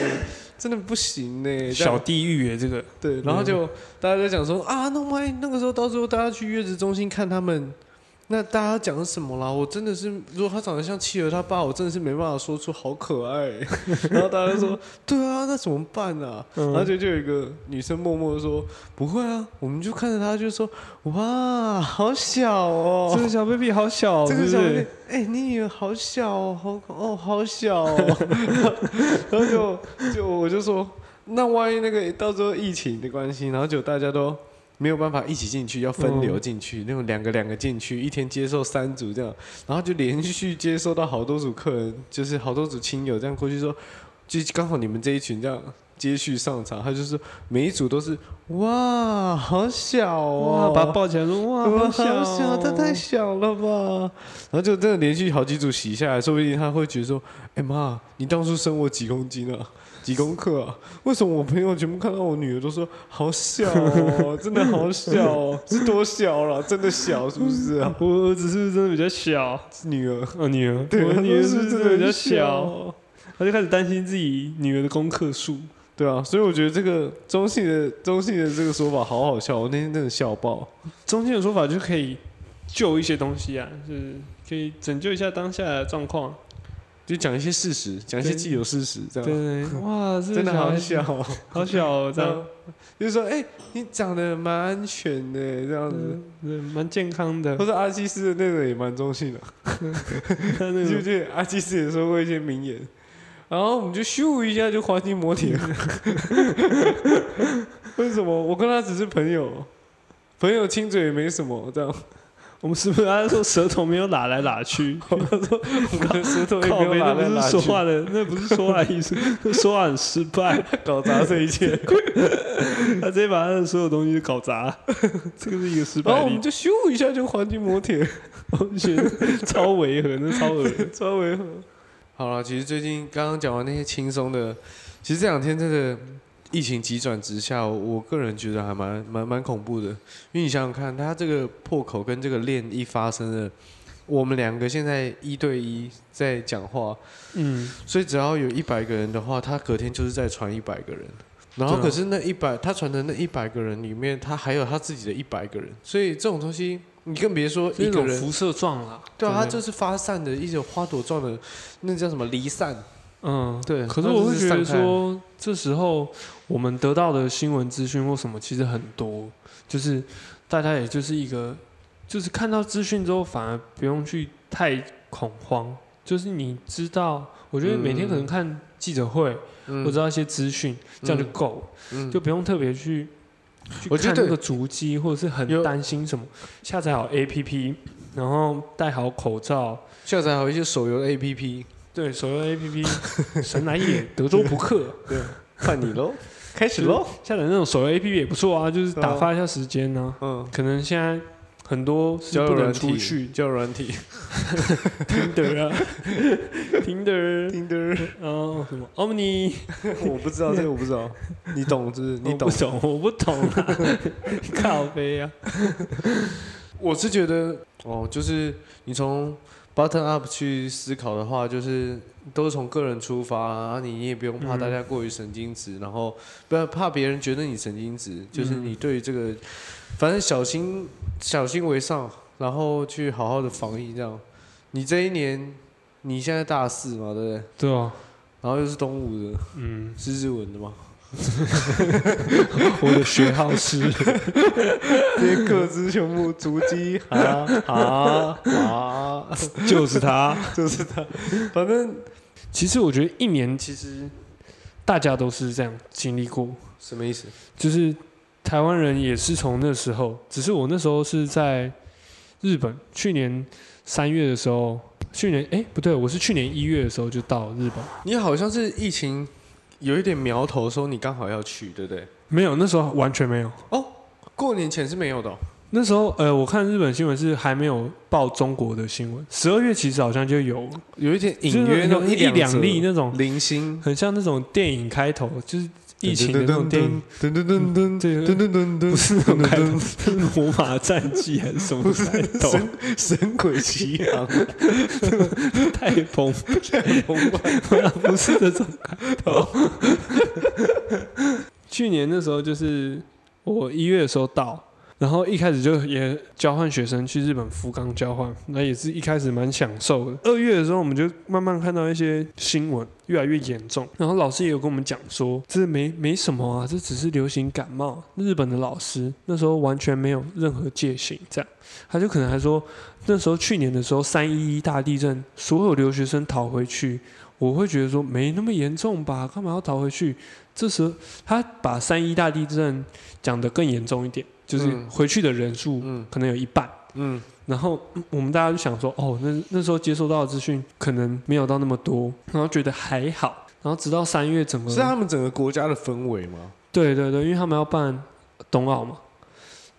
Speaker 2: 真的不行呢、这样
Speaker 1: 小地狱耶，这个
Speaker 2: 对，然后就大家就讲说啊，那万一那个时候到时候大家去月子中心看他们，那大家讲什么啦？我真的是，如果他长得像企鹅他爸，我真的是没办法说出好可爱。 然后大家就说，对啊，那怎么办啊？
Speaker 1: 嗯
Speaker 2: 然后就就有一个女生默默的说，不会啊，我们就看着他就说，哇，好小哦，
Speaker 1: 这个小 baby 好小哦，
Speaker 2: 这个
Speaker 1: 是
Speaker 2: 小
Speaker 1: 不
Speaker 2: 妹
Speaker 1: 是，
Speaker 2: 哎、你女儿好小哦，好可哦，好小哦。 然后就就我就说，那万一那个到时候疫情的关系，然后就大家都没有办法一起进去，要分流进去，那种两个两个进去，一天接受三组这样，然后就连续接受到好多组客人，就是好多组亲友这样过去说，就刚好你们这一群这样。接续上场，他就是每一组都是哇，好小
Speaker 1: 哇，
Speaker 2: 哦，
Speaker 1: 把它抱起来说哇，
Speaker 2: 哇，
Speaker 1: 好
Speaker 2: 好小，
Speaker 1: 小，哦
Speaker 2: 它太小了吧？然后就真的连续好几组洗下来，说不定他会觉得说：“哎、妈，你当初生我几公斤 啊？几公克啊？为什么我朋友全部看到我女儿都说好小哦，真的好小哦，是多小了？真的小是不是啊？
Speaker 1: 我儿子是不是真的比较小？
Speaker 2: 女儿，
Speaker 1: 哦，女儿，
Speaker 2: 对，
Speaker 1: 我
Speaker 2: 她
Speaker 1: 女儿
Speaker 2: 说
Speaker 1: 是不
Speaker 2: 是
Speaker 1: 是
Speaker 2: 真
Speaker 1: 真
Speaker 2: 的
Speaker 1: 的比
Speaker 2: 很
Speaker 1: 较小？
Speaker 2: 小。”
Speaker 1: 他就开始担心自己女儿的功课数。
Speaker 2: 对啊，所以我觉得这个中性的中性的这个说法好好笑，我那天真的笑爆。
Speaker 1: 中间的说法就可以救一些东西啊，就是可以拯救一下当下的状况。
Speaker 2: 就讲一些事实，讲一些既有事实，这
Speaker 1: 对
Speaker 2: 样
Speaker 1: 对，对 哇，这个
Speaker 2: 真的好
Speaker 1: 孩子
Speaker 2: 小，哦。
Speaker 1: 好小 哦，这
Speaker 2: 这
Speaker 1: 样
Speaker 2: 样，就是说，哎、你长得蛮安全的，这样子。
Speaker 1: 嗯，对，蛮健康的
Speaker 2: 或。者阿基斯的那个也蛮中性的，
Speaker 1: 他那
Speaker 2: 你记不
Speaker 1: 个
Speaker 2: 记得阿基斯也说过一些名言？然后我们就咻一下就滑进魔铁了。 为什么？我跟他只是朋友，朋友亲嘴也没什么，这样
Speaker 1: 我们是不是他说舌头没有拉来拉去？
Speaker 2: 我们的舌头也
Speaker 1: 靠
Speaker 2: 没有
Speaker 1: 背，那
Speaker 2: 拉来
Speaker 1: 不
Speaker 2: 拉
Speaker 1: 是
Speaker 2: 去
Speaker 1: 说，话的，那不是说话艺术， 那说话很失败。
Speaker 2: 搞砸这一切。
Speaker 1: 他直接把他的所有东西都搞砸， 这个是一个失败
Speaker 2: 然
Speaker 1: 的
Speaker 2: 后我
Speaker 1: 例
Speaker 2: 们
Speaker 1: 子。
Speaker 2: 就咻一下就滑进魔铁，
Speaker 1: 我们觉得超违和，那超 恶。
Speaker 2: 超违和。好了，其实最近刚刚讲完那些轻松的，其实这两天真的疫情急转直下，我个人觉得还蛮蛮蛮恐怖的。因为你想想看，它这个破口跟这个链一发生了，我们两个现在一对一在讲话，
Speaker 1: 嗯，
Speaker 2: 所以只要有一百个人的话，他隔天就是在传一百个人。然后
Speaker 1: 对啊
Speaker 2: 可是那一百，他传的那一百个人里面，他还有他自己的一百个人，所以这种东西，你更别说
Speaker 1: 那
Speaker 2: 一个
Speaker 1: 种
Speaker 2: 人
Speaker 1: 辐射状啦。
Speaker 2: 对啊，它
Speaker 1: 不
Speaker 2: 就是发散的一种花朵状的，那叫什么离散？
Speaker 1: 嗯，
Speaker 2: 对
Speaker 1: 可是
Speaker 2: 它就
Speaker 1: 我会
Speaker 2: 是
Speaker 1: 觉得
Speaker 2: 散开
Speaker 1: 说，这时候我们得到的新闻资讯或什么其实很多，就是大家也就是一个，就是看到资讯之后，反而不用去太恐慌。就是你知道，我觉得每天可能看记者会，
Speaker 2: 嗯
Speaker 1: 我知道一些资讯，这样就够了，
Speaker 2: 嗯
Speaker 1: 就不用特别去。去
Speaker 2: 我觉
Speaker 1: 看
Speaker 2: 得
Speaker 1: 那个足迹，或者是很
Speaker 2: 有
Speaker 1: 担心什么，下载好 APP，然后戴好口罩，
Speaker 2: 下载好一些手游的 APP，
Speaker 1: 对手游 APP，神来也，德州扑克，
Speaker 2: 看你 喽，开
Speaker 1: 就
Speaker 2: 始
Speaker 1: 是
Speaker 2: 喽。
Speaker 1: 下载那种手游 APP 也不错啊，就是打发一下时间呢、
Speaker 2: 嗯，
Speaker 1: 可能现在很多是
Speaker 2: 交友
Speaker 1: 不
Speaker 2: 软
Speaker 1: 能出
Speaker 2: 体，
Speaker 1: 去
Speaker 2: 交友软体
Speaker 1: ，Tinder 啊 ，Tinder，
Speaker 2: ，Tinder，
Speaker 1: 然后什么 Omni，
Speaker 2: 我不知道这个，我不知道，你懂是不是？你
Speaker 1: 我
Speaker 2: 懂
Speaker 1: 不？懂，我不懂 啊，靠背啊，
Speaker 2: 我是觉得哦，就是你从 bottom up 去思考的话，就是都是从个人出发啊，你你也不用怕大家过于神经质，然后不要怕别人觉得你神经质，就是你对于这个，反正小心小心为上，然后去好好的防疫这样。你这一年，你现在大四嘛，对不对？
Speaker 1: 对啊，
Speaker 2: 然后又是东吴的，
Speaker 1: 嗯，
Speaker 2: 是日文的嘛，
Speaker 1: 我的学号是，
Speaker 2: 这些各自全部足迹，啊啊啊，
Speaker 1: 就是他。
Speaker 2: 就是他，反正
Speaker 1: 其实我觉得一年其实大家都是这样经历过，
Speaker 2: 什么意思？
Speaker 1: 就是台湾人也是从那时候，只是我那时候是在日本，去年三月的时候，去年哎、不对，我是去年一月的时候就到日本，
Speaker 2: 你好像是疫情有一点苗头，说你刚好要去，对不对？
Speaker 1: 没有，那时候完全没有。
Speaker 2: 过年前是没有的哦、
Speaker 1: 那时候呃，我看日本新闻是还没有报中国的新闻，十二月其实好像就有了
Speaker 2: 有一点
Speaker 1: 就是
Speaker 2: 隐约
Speaker 1: 那
Speaker 2: 那
Speaker 1: 种
Speaker 2: 种
Speaker 1: 一
Speaker 2: 一
Speaker 1: 两例那种，
Speaker 2: 零星，
Speaker 1: 很像那种电影开头，就是。疫情的那种电影，，
Speaker 2: 噔噔噔噔
Speaker 1: 这
Speaker 2: 噔噔噔噔，
Speaker 1: 不是那种开头
Speaker 2: 噔，
Speaker 1: 是 罗马战记还是什么开 头？
Speaker 2: 神神鬼奇航，
Speaker 1: 太澎湃，不是这种开头。 去年那时候就是我一月的时候到，然后一开始就也交换学生去日本福冈交换，那也是一开始蛮享受的。二月的时候我们就慢慢看到一些新闻越来越严重，然后老师也有跟我们讲说，这没没什么啊，这只是流行感冒。日本的老师那时候完全没有任何戒心，这样他就可能还说那时候去年的时候，三一一大地震，所有留学生逃回去，我会觉得说没那么严重吧，干嘛要逃回去？这时候他把三一大地震讲得更严重一点，就是
Speaker 2: 嗯
Speaker 1: 回去的人数
Speaker 2: 嗯
Speaker 1: 可能有一半。
Speaker 2: 嗯，
Speaker 1: 然后嗯我们大家就想说，哦，那那时候接收到的资讯可能没有到那么多，然后觉得还好。然后直到三月整个
Speaker 2: 是啊他们整个国家的氛围吗？
Speaker 1: 对对对，因为他们要办冬奥嘛，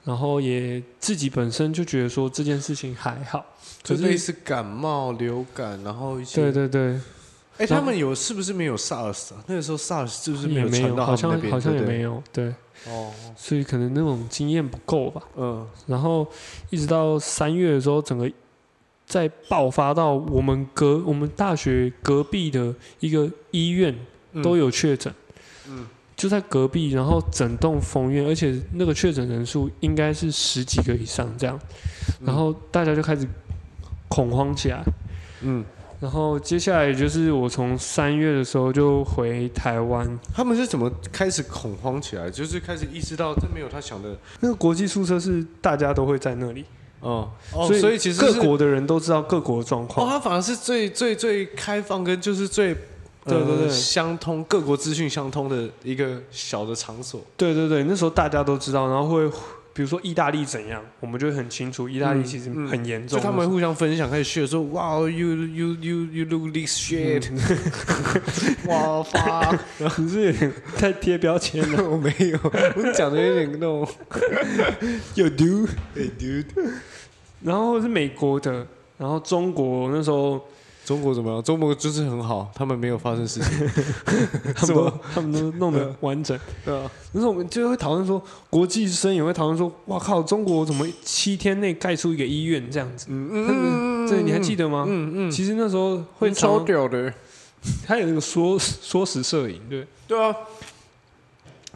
Speaker 1: 然后也自己本身就觉得说这件事情还好，
Speaker 2: 就
Speaker 1: 可是
Speaker 2: 类似感冒、流感，然后一些
Speaker 1: 对对对，
Speaker 2: 哎，他们有是不是没有 SARS 啊？那个时候 SARS 是不是
Speaker 1: 也
Speaker 2: 有
Speaker 1: 没
Speaker 2: 传到
Speaker 1: 好
Speaker 2: 他们
Speaker 1: 像
Speaker 2: 那边？
Speaker 1: 好像也没
Speaker 2: 有。
Speaker 1: 有，对，
Speaker 2: 哦，
Speaker 1: 所以可能那种经验不够吧。
Speaker 2: 嗯，
Speaker 1: 然后一直到三月的时候，整个再爆发到我们隔我们大学隔壁的一个医院
Speaker 2: 嗯
Speaker 1: 都有确诊，
Speaker 2: 嗯
Speaker 1: 就在隔壁，然后整栋封院，而且那个确诊人数应该是十几个以上这样，然后大家就开始恐慌起来，
Speaker 2: 嗯，
Speaker 1: 然后接下来就是我从三月的时候就回台湾，
Speaker 2: 他们是怎么开始恐慌起来？就是开始意识到这没有他想的，
Speaker 1: 那个国际宿舍是大家都会在那里，
Speaker 2: 嗯，哦，所以其实
Speaker 1: 各
Speaker 2: 是
Speaker 1: 国的人都知道各国的状
Speaker 2: 哦，
Speaker 1: 况。
Speaker 2: 它反而是最最最开放跟就是最呃
Speaker 1: 对
Speaker 2: 嗯
Speaker 1: 对对
Speaker 2: 相通各国资讯相通的一个小的场所。
Speaker 1: 对对对，那时候大家都知道，然后会比如说意大利怎样，我们就会很清楚，意大利其实
Speaker 2: 嗯嗯
Speaker 1: 很严重。
Speaker 2: 就他 们互相分享，开始 share 说哇 you you you you look this shit，哇 fuck，
Speaker 1: 可是有点太贴标签了。
Speaker 2: 我没有，我讲的有点那 种
Speaker 1: 有 do，
Speaker 2: hey dude，
Speaker 1: 然后是美国的，然后中国那时 候
Speaker 2: 中国怎么样？中国就是很好，他们没有发生事情，
Speaker 1: 他
Speaker 2: 是
Speaker 1: 们都
Speaker 2: 吗
Speaker 1: 他们都弄得
Speaker 2: 嗯
Speaker 1: 完整。
Speaker 2: 对啊，
Speaker 1: 那时候我们就会讨论说，国际生也会讨论说，哇靠，中国怎么七天内盖出一个医院这样子？
Speaker 2: 嗯
Speaker 1: 嗯这你还记得吗？
Speaker 2: 嗯嗯，
Speaker 1: 其实那时候会常
Speaker 2: 超屌的，
Speaker 1: 他有那个缩缩时摄影，对，
Speaker 2: 对啊，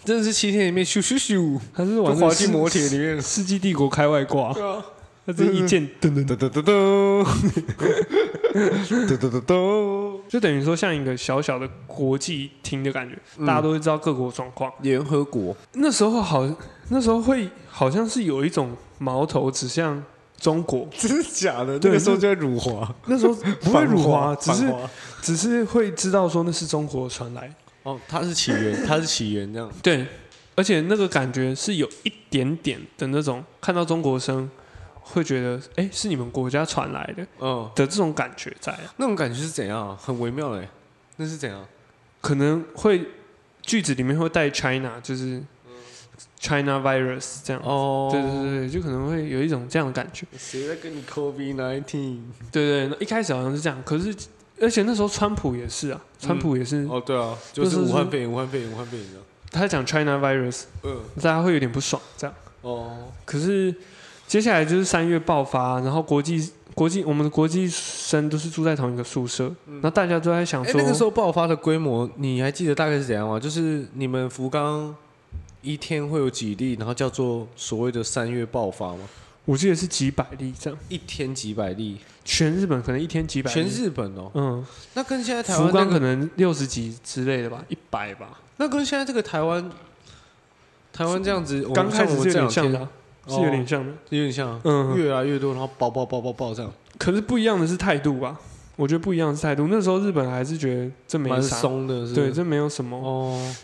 Speaker 2: 真的是七天里面咻咻咻，
Speaker 1: 他是
Speaker 2: 就
Speaker 1: 玩
Speaker 2: 滑进摩铁里面
Speaker 1: 《世纪帝国》开外挂，
Speaker 2: 对啊，
Speaker 1: 他这一键噔噔噔，
Speaker 2: 噔噔噔噔， 噔噔噔噔，
Speaker 1: 就等于说像一个小小的国际厅的感觉，
Speaker 2: 嗯
Speaker 1: 大家都会知道各国状况。
Speaker 2: 联合国，
Speaker 1: 那时候好，那时候会好像是有一种矛头指向中国，
Speaker 2: 真的假的？
Speaker 1: 对
Speaker 2: 那个时候就在辱华，
Speaker 1: 那 时候不会辱华，只
Speaker 2: 反
Speaker 1: 是
Speaker 2: 华
Speaker 1: 只是会知道说那是中国传来，
Speaker 2: 哦，它是起源，它是起源这样，
Speaker 1: 对，而且那个感觉是有一点点的那种，看到中国生会觉得，哎，是你们国家传来的。
Speaker 2: 嗯，
Speaker 1: 的这种感觉在啊，
Speaker 2: 那种感觉是怎样啊？很微妙嘞，那是怎样？
Speaker 1: 可能会句子里面会带 China，就是 China virus 这样。
Speaker 2: 哦
Speaker 1: 对对对，对就可能会有一种这样的感觉。
Speaker 2: 对，谁在跟你 COVID nineteen？
Speaker 1: 对对，那一开始好像是这样，可是而且那时候川普也是啊，川普也是、
Speaker 2: 哦，对啊，就
Speaker 1: 那
Speaker 2: 是
Speaker 1: 时候是
Speaker 2: 武汉肺炎，武汉肺炎，武汉肺炎这样，
Speaker 1: 他讲 China virus，
Speaker 2: 嗯，
Speaker 1: 大家会有点不爽这样。
Speaker 2: 哦，
Speaker 1: 可是接下来就是三月爆发，然后国际国际我们的国际生都是住在同一个宿舍，然后大家都在想
Speaker 2: 哎，
Speaker 1: 说，
Speaker 2: 那个时候爆发的规模，你还记得大概是怎样吗？就是你们福冈。一天会有几例，然后叫做所谓的三月爆发吗？
Speaker 1: 我记得是几百例这样，
Speaker 2: 一天几百例，
Speaker 1: 全日本可能一天几百例，
Speaker 2: 全日本哦。
Speaker 1: 嗯。
Speaker 2: 那跟现在台
Speaker 1: 福
Speaker 2: 湾、那
Speaker 1: 冈可
Speaker 2: 个，
Speaker 1: 能六十几之类的吧，一百吧。
Speaker 2: 那跟现在这个台湾，台湾这样子，我们
Speaker 1: 刚开始
Speaker 2: 像
Speaker 1: 是
Speaker 2: 我
Speaker 1: 有
Speaker 2: 们这两
Speaker 1: 点像
Speaker 2: 天
Speaker 1: 的
Speaker 2: 哦
Speaker 1: 啊，是有点像的。
Speaker 2: 有点像，
Speaker 1: 嗯，
Speaker 2: 越来越多，然后爆爆爆爆爆这样，
Speaker 1: 可是不一样的是态度吧？我觉得不一样的是态度。那时候日本还是觉得这没
Speaker 2: 蛮
Speaker 1: 啥，
Speaker 2: 松的，是不
Speaker 1: 对，
Speaker 2: 是
Speaker 1: 这没有什么。
Speaker 2: 哦，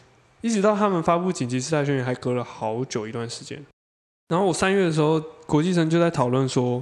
Speaker 1: 一直到他们发布紧急事态宣言，还隔了好久一段时间。然后我三月的时候，国际生就在讨论说，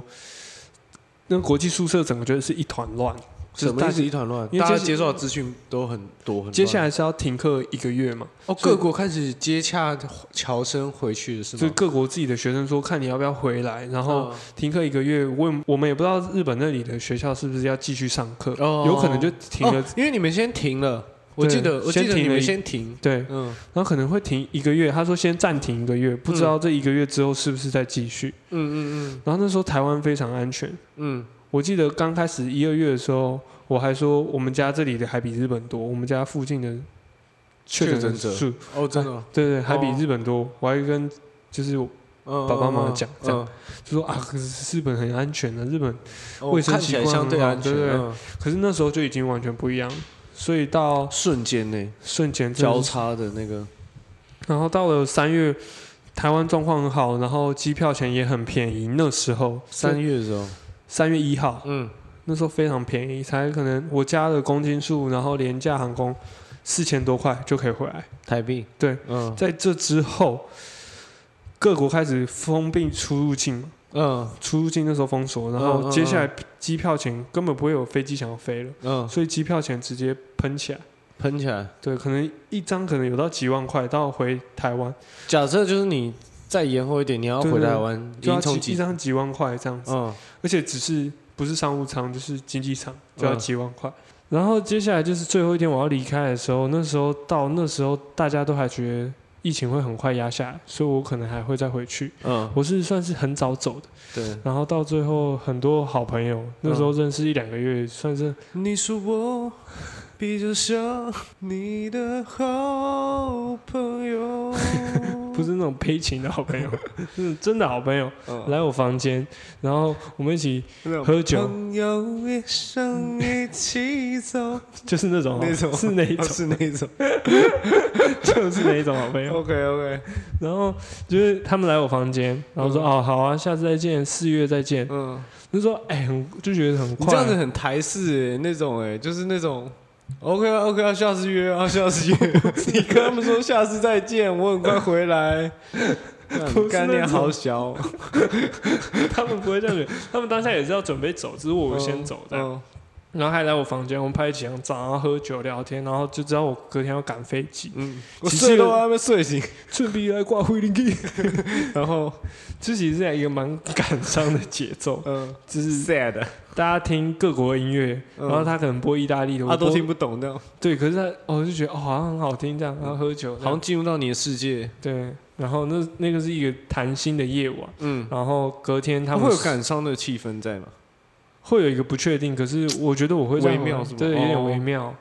Speaker 1: 那国际宿舍整个觉得是一团乱，就
Speaker 2: 什
Speaker 1: 是
Speaker 2: 么
Speaker 1: 大
Speaker 2: 意思？
Speaker 1: 家
Speaker 2: 一团乱，
Speaker 1: 因为
Speaker 2: 大家
Speaker 1: 就是
Speaker 2: 接受的资讯都很多，很乱
Speaker 1: 接下来是要停课一个月嘛，
Speaker 2: 哦，各国开始接洽侨生回去是
Speaker 1: 所以
Speaker 2: 吗？
Speaker 1: 各国自己的学生说，看你要不要回来，然后
Speaker 2: 嗯
Speaker 1: 停课一个月，问我们也不知道日本那里的学校是不是要继续上课，
Speaker 2: 哦
Speaker 1: 有可能就停了。
Speaker 2: 哦因为你们先停了，我记得
Speaker 1: 对
Speaker 2: 我记
Speaker 1: 先
Speaker 2: 得
Speaker 1: 停
Speaker 2: 你
Speaker 1: 了
Speaker 2: 们
Speaker 1: 一
Speaker 2: 先停，
Speaker 1: 对，
Speaker 2: 嗯
Speaker 1: 然后可能会停一个月。他说先暂停一个月，不知道这一个月之后是不是再继续。
Speaker 2: 嗯嗯
Speaker 1: 然后那时候台湾非常安全，
Speaker 2: 嗯
Speaker 1: 我记得刚开始一二月的时候，我还说我们家这里的还比日本多，我们家附近的确诊
Speaker 2: 确诊者
Speaker 1: 数，
Speaker 2: 嗯，哦，真的哦，
Speaker 1: 对对，还比
Speaker 2: 哦
Speaker 1: 日本多。我还跟就是我
Speaker 2: 嗯
Speaker 1: 爸爸妈妈讲这样
Speaker 2: 样，
Speaker 1: 就说啊，可是日本很安全的、啊日本
Speaker 2: 哦
Speaker 1: 卫生
Speaker 2: 看起来
Speaker 1: 习惯
Speaker 2: 相对
Speaker 1: 很好
Speaker 2: 安全，
Speaker 1: 对对
Speaker 2: 嗯哦
Speaker 1: 可是那时候就已经完全不一样，所以到
Speaker 2: 瞬间呢
Speaker 1: 瞬间真的
Speaker 2: 交
Speaker 1: 是
Speaker 2: 叉的那个，
Speaker 1: 然后到了三月，台湾状况很好，然后机票钱也很便宜。那时候
Speaker 2: 三
Speaker 1: 三
Speaker 2: 月的时候，
Speaker 1: 三月一号，
Speaker 2: 嗯，
Speaker 1: 那时候非常便宜，才可能我加了公斤数，然后廉价航空四千多块就可以回来。
Speaker 2: 台币，
Speaker 1: 对，
Speaker 2: 嗯
Speaker 1: 在这之后，各国开始封闭出入境嘛，
Speaker 2: 嗯
Speaker 1: 出入境那时候封锁，然
Speaker 2: 嗯
Speaker 1: 后
Speaker 2: 嗯
Speaker 1: 接下来机票钱根本不会有飞机想要飞了，
Speaker 2: 嗯，
Speaker 1: 所以机票钱直接喷起来。
Speaker 2: 喷起来。
Speaker 1: 对，可能一张可能有到几万块，到回台湾
Speaker 2: 假设就是你再延后一点，你要
Speaker 1: 对
Speaker 2: 回
Speaker 1: 对
Speaker 2: 台湾，已
Speaker 1: 就要
Speaker 2: 经从
Speaker 1: 几一
Speaker 2: 几，
Speaker 1: 张几万块这样子。
Speaker 2: 嗯
Speaker 1: 而且只是不是商务舱就是经济舱，就要
Speaker 2: 嗯
Speaker 1: 几万块。然后接下来就是最后一天我要离开的时候，那时候到那时候大家都还觉得疫情会很快压下来，所以我可能还会再回去。
Speaker 2: 嗯，
Speaker 1: 我是算是很早走的，
Speaker 2: 对。
Speaker 1: 然后到最后很多好朋友，那时候认识一两个月，算是
Speaker 2: 你是我比较像你的好朋 友，
Speaker 1: 不是那种悲情的好朋友， 是真的好朋友
Speaker 2: 嗯
Speaker 1: 来我房间，然后我们一起喝酒
Speaker 2: 朋友一生一起走，
Speaker 1: 就是那种
Speaker 2: 那种
Speaker 1: 哦是那一
Speaker 2: 哦
Speaker 1: 种
Speaker 2: 是那种。
Speaker 1: 就是那一种好朋友。
Speaker 2: OK OK，
Speaker 1: 然后就是他们来我房间，然后说、哦好啊，下次再见，四月再见。
Speaker 2: 嗯，
Speaker 1: 就说哎、很就觉得很
Speaker 2: 你
Speaker 1: 快，
Speaker 2: 这样子很台式诶，那种诶，就是那种。OK 啊 OK 啊，下次约啊，下 次约。你跟他们说下次再见，我很快回来。
Speaker 1: 不是
Speaker 2: 干
Speaker 1: 那
Speaker 2: 念
Speaker 1: 种
Speaker 2: 好小，
Speaker 1: 他们不会这样子，他们当下也是要准备走，只是我先走这样。
Speaker 2: 嗯
Speaker 1: 然后还来我房间，我们拍几张照，然后喝酒聊天，然后就知道我隔天要赶飞机，
Speaker 2: 嗯，我
Speaker 1: 其实
Speaker 2: 睡都还没睡醒，
Speaker 1: 顺便来挂回林机。
Speaker 2: 然后
Speaker 1: 这其实是一个蛮感伤的节奏，
Speaker 2: 嗯
Speaker 1: 就是
Speaker 2: sad，
Speaker 1: 大家听各国的音乐，
Speaker 2: 嗯
Speaker 1: 然后他可能播意大利的，
Speaker 2: 他
Speaker 1: 我
Speaker 2: 都
Speaker 1: 播
Speaker 2: 听不懂那样，
Speaker 1: 对，可是他哦就觉得哦好像很好听这样，
Speaker 2: 嗯
Speaker 1: 然后喝酒这
Speaker 2: 好
Speaker 1: 样，
Speaker 2: 像进入到你的世界。
Speaker 1: 对，然后那那个是一个谈心的夜晚。
Speaker 2: 嗯，
Speaker 1: 然后隔天他
Speaker 2: 他
Speaker 1: 们
Speaker 2: 啊会有感伤的气氛在吗？
Speaker 1: 会有一个不确定，可是我觉得我会在
Speaker 2: 微妙是吗
Speaker 1: 对，有
Speaker 2: 哦
Speaker 1: 点微妙。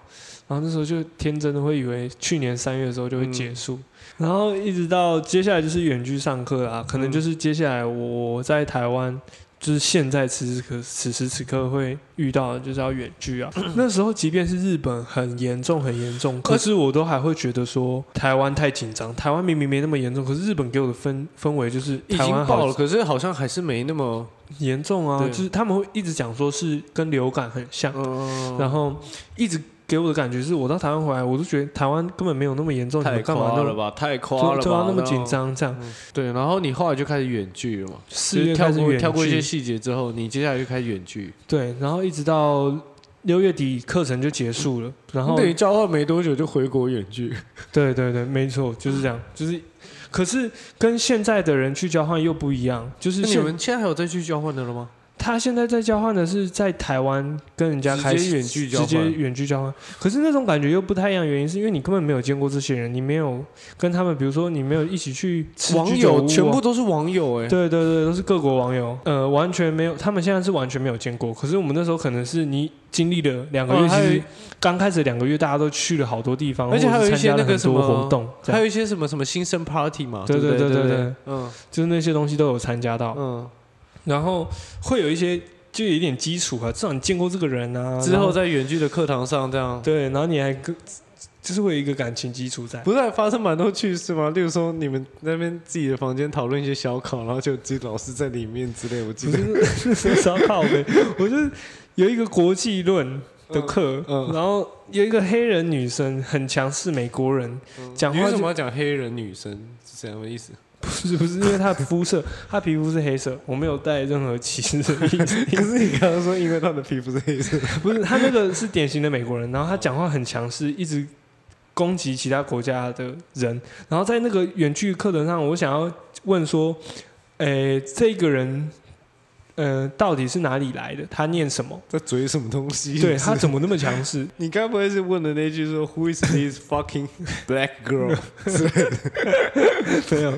Speaker 1: 然后那时候就天真的会以为去年三月的时候就会结束，
Speaker 2: 嗯
Speaker 1: 然后一直到接下来就是远距上课啊，可能就是接下来我在台湾。就是现在此时此刻此时此刻会遇到的就是要远距 啊。那时候即便是日本很严重很严重，可是我都还会觉得说台湾太紧张。台湾明明没那么严重，可是日本给我的氛氛围就是
Speaker 2: 已
Speaker 1: 台
Speaker 2: 经
Speaker 1: 湾好
Speaker 2: 爆了，可是好像还是没那么……
Speaker 1: 严重啊，
Speaker 2: 对
Speaker 1: 就是他们会一直讲说是跟流感很像，
Speaker 2: 嗯，
Speaker 1: 然后一直给我的感觉是我到台湾回来，我都觉得台湾根本没有那么严重，你
Speaker 2: 太
Speaker 1: 们干嘛
Speaker 2: 夸
Speaker 1: 那
Speaker 2: 了
Speaker 1: 么
Speaker 2: 吧，太
Speaker 1: 对
Speaker 2: 夸了
Speaker 1: 对啊
Speaker 2: 吧，嗯
Speaker 1: 那么紧。张这样？
Speaker 2: 对，然后你后来就开始远距了嘛，
Speaker 1: 四
Speaker 2: 就
Speaker 1: 月
Speaker 2: 是跳
Speaker 1: 开始
Speaker 2: 过
Speaker 1: 远
Speaker 2: 跳过一
Speaker 1: 距
Speaker 2: 些细节之后，你接下来就开始远距，
Speaker 1: 对，然后一直到六月底课程就结束了，然后
Speaker 2: 你等于交换没多久就回国远距。
Speaker 1: 对对对，没错，就是这样，就是可是跟现在的人去交换又不一样，就是
Speaker 2: 那你
Speaker 1: 现
Speaker 2: 们现在还有再去交换的了吗？
Speaker 1: 他现在在交换的是在台湾跟人家
Speaker 2: 直
Speaker 1: 开
Speaker 2: 接
Speaker 1: 始
Speaker 2: 远距交
Speaker 1: 直接
Speaker 2: 换
Speaker 1: 远距交换。可是那种感觉又不太一样，原因是因为你根本没有见过这些人，你没有跟他们，比如说你没有一起去吃
Speaker 2: 网
Speaker 1: 居酒屋
Speaker 2: 友
Speaker 1: 啊
Speaker 2: 全部。嗯都是网友哎，
Speaker 1: 对对对，都是各国网友，呃，完全没有，他们现在是完全没有见过。可是我们那时候可能是你经历了两个
Speaker 2: 哦
Speaker 1: 月，
Speaker 2: 还
Speaker 1: 其
Speaker 2: 有
Speaker 1: 实刚开始两个月大家都去了好多地方，
Speaker 2: 而且
Speaker 1: 或者
Speaker 2: 还有
Speaker 1: 是
Speaker 2: 一
Speaker 1: 参
Speaker 2: 些
Speaker 1: 加了
Speaker 2: 那个
Speaker 1: 很
Speaker 2: 什
Speaker 1: 多活
Speaker 2: 么
Speaker 1: 动，这
Speaker 2: 还
Speaker 1: 样
Speaker 2: 有一些什么什么新生 party 嘛，
Speaker 1: 对对
Speaker 2: 对不
Speaker 1: 对
Speaker 2: 对
Speaker 1: 对
Speaker 2: 不
Speaker 1: 对，
Speaker 2: 嗯
Speaker 1: 就是那些东西都有参加到，
Speaker 2: 嗯，
Speaker 1: 然后会有一些就有一点基础啊，至少你见过这个人啊，
Speaker 2: 之
Speaker 1: 然
Speaker 2: 后在远距的课堂上这样，
Speaker 1: 对，然后你还跟就是会有一个感情基础在。
Speaker 2: 不是还发生蛮多趣事吗？例如说你们那边自己的房间讨论一些小考，然后就自己老师在里面之类，我记
Speaker 1: 不
Speaker 2: 得
Speaker 1: 是。 那时候烧烤呗，我就是有一个国际论的课，
Speaker 2: 嗯嗯
Speaker 1: 然后有一个黑人女生很强势美国人，讲
Speaker 2: 嗯你
Speaker 1: 话
Speaker 2: 为
Speaker 1: 就
Speaker 2: 什么要讲黑人女生是什么意思？
Speaker 1: 不是不是因为她的肤色，她皮肤是黑色，我没有带任何歧视的意思，
Speaker 2: 可是你刚刚说因为他的皮肤是黑色，
Speaker 1: 不是她那个是典型的美国人，然后她讲话很强势，一直攻击其他国家的人，然后在那个远距课程上，我想要问说，诶，这个人呃到底是哪里来的，他念 什么，
Speaker 2: 在嘴什么东西？
Speaker 1: 对他怎么那么强势？
Speaker 2: 你该不会是问的那句说 “Who is this fucking black girl”？
Speaker 1: 没有，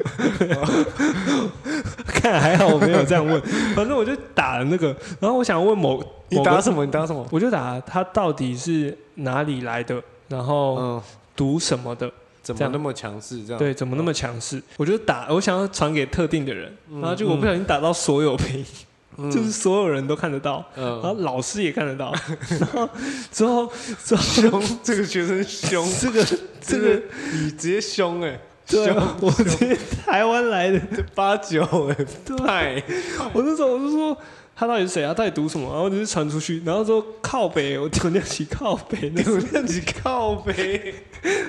Speaker 1: 看还好我没有这样问，反正我就打了那个，然后我想问某
Speaker 2: 你
Speaker 1: 某
Speaker 2: 打
Speaker 1: 个，
Speaker 2: 什么？你打什么？
Speaker 1: 我就打他到底是哪里来的，然后
Speaker 2: 嗯，
Speaker 1: 读什么的，
Speaker 2: 怎么
Speaker 1: 这样
Speaker 2: 那么强势？这样
Speaker 1: 对，怎么那么强势？我就打，我想要传给特定的人，
Speaker 2: 嗯
Speaker 1: 然后结果不小心打到所有朋友，
Speaker 2: 嗯
Speaker 1: 就是所有人都看得到，然后
Speaker 2: 嗯，
Speaker 1: 老师也看得到，然后之后之后
Speaker 2: 凶，这个学生凶，
Speaker 1: 这个
Speaker 2: 这
Speaker 1: 这
Speaker 2: 个
Speaker 1: 个
Speaker 2: 你直接凶哎，
Speaker 1: 对
Speaker 2: 凶
Speaker 1: 啊，我直接台湾来的，
Speaker 2: 八九哎，
Speaker 1: 对啊
Speaker 2: 派
Speaker 1: 我那时候我就说他到底是谁啊？到底读什么？然后就是传出去，然后说靠北，我丢掉起靠北，那
Speaker 2: 有让 你靠背，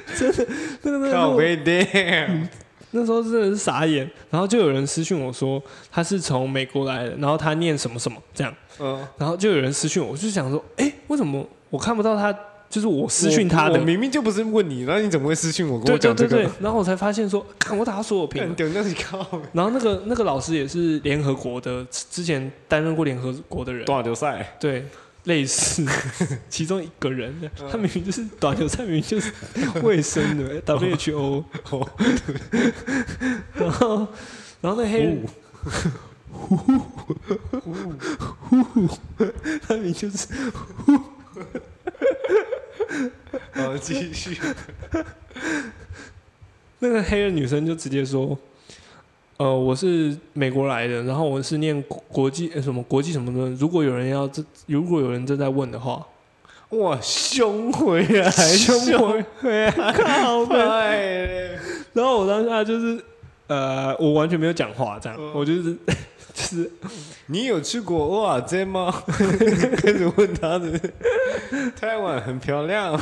Speaker 1: 那个那个
Speaker 2: 靠背 damn，
Speaker 1: 那时候真的是傻眼。然后就有人私讯我说他是从美国来的，然后他念什么什么这样，
Speaker 2: 嗯，
Speaker 1: 然后就有人私讯我，我就想说，哎、为什么我看不到他？就是我私讯他
Speaker 2: 我
Speaker 1: 的
Speaker 2: 我，明明就不是问你，那你怎么会私讯我跟
Speaker 1: 对
Speaker 2: 我
Speaker 1: 对
Speaker 2: 讲这
Speaker 1: 对对
Speaker 2: 个？，
Speaker 1: 然后我才发现说，看我打他所有评论
Speaker 2: 干， 丢掉你靠背，
Speaker 1: 然后那个那个老师也是联合国的，之前担任过联合国的人，
Speaker 2: 多少球 赛？
Speaker 1: 对，类似 其中一个人，
Speaker 2: 嗯
Speaker 1: 他明明就是短球菜，明明就是卫生 的 WHO，
Speaker 2: 哦
Speaker 1: 然后然后那黑人，
Speaker 2: 哦
Speaker 1: 他明明就是
Speaker 2: 好，继续。
Speaker 1: 那个黑人女生就直接说。呃，我是美国来的，然后我是念国国际、呃什么国际什么的。如果有人要这，如果有人正在问的话，
Speaker 2: 哇，凶回来，
Speaker 1: 凶我回来，靠北
Speaker 2: 哎，
Speaker 1: 然后我当下就是，呃，我完全没有讲话，这样，我就是就是
Speaker 2: 你有去过哇这吗？ 开始问 他的，台湾很漂亮。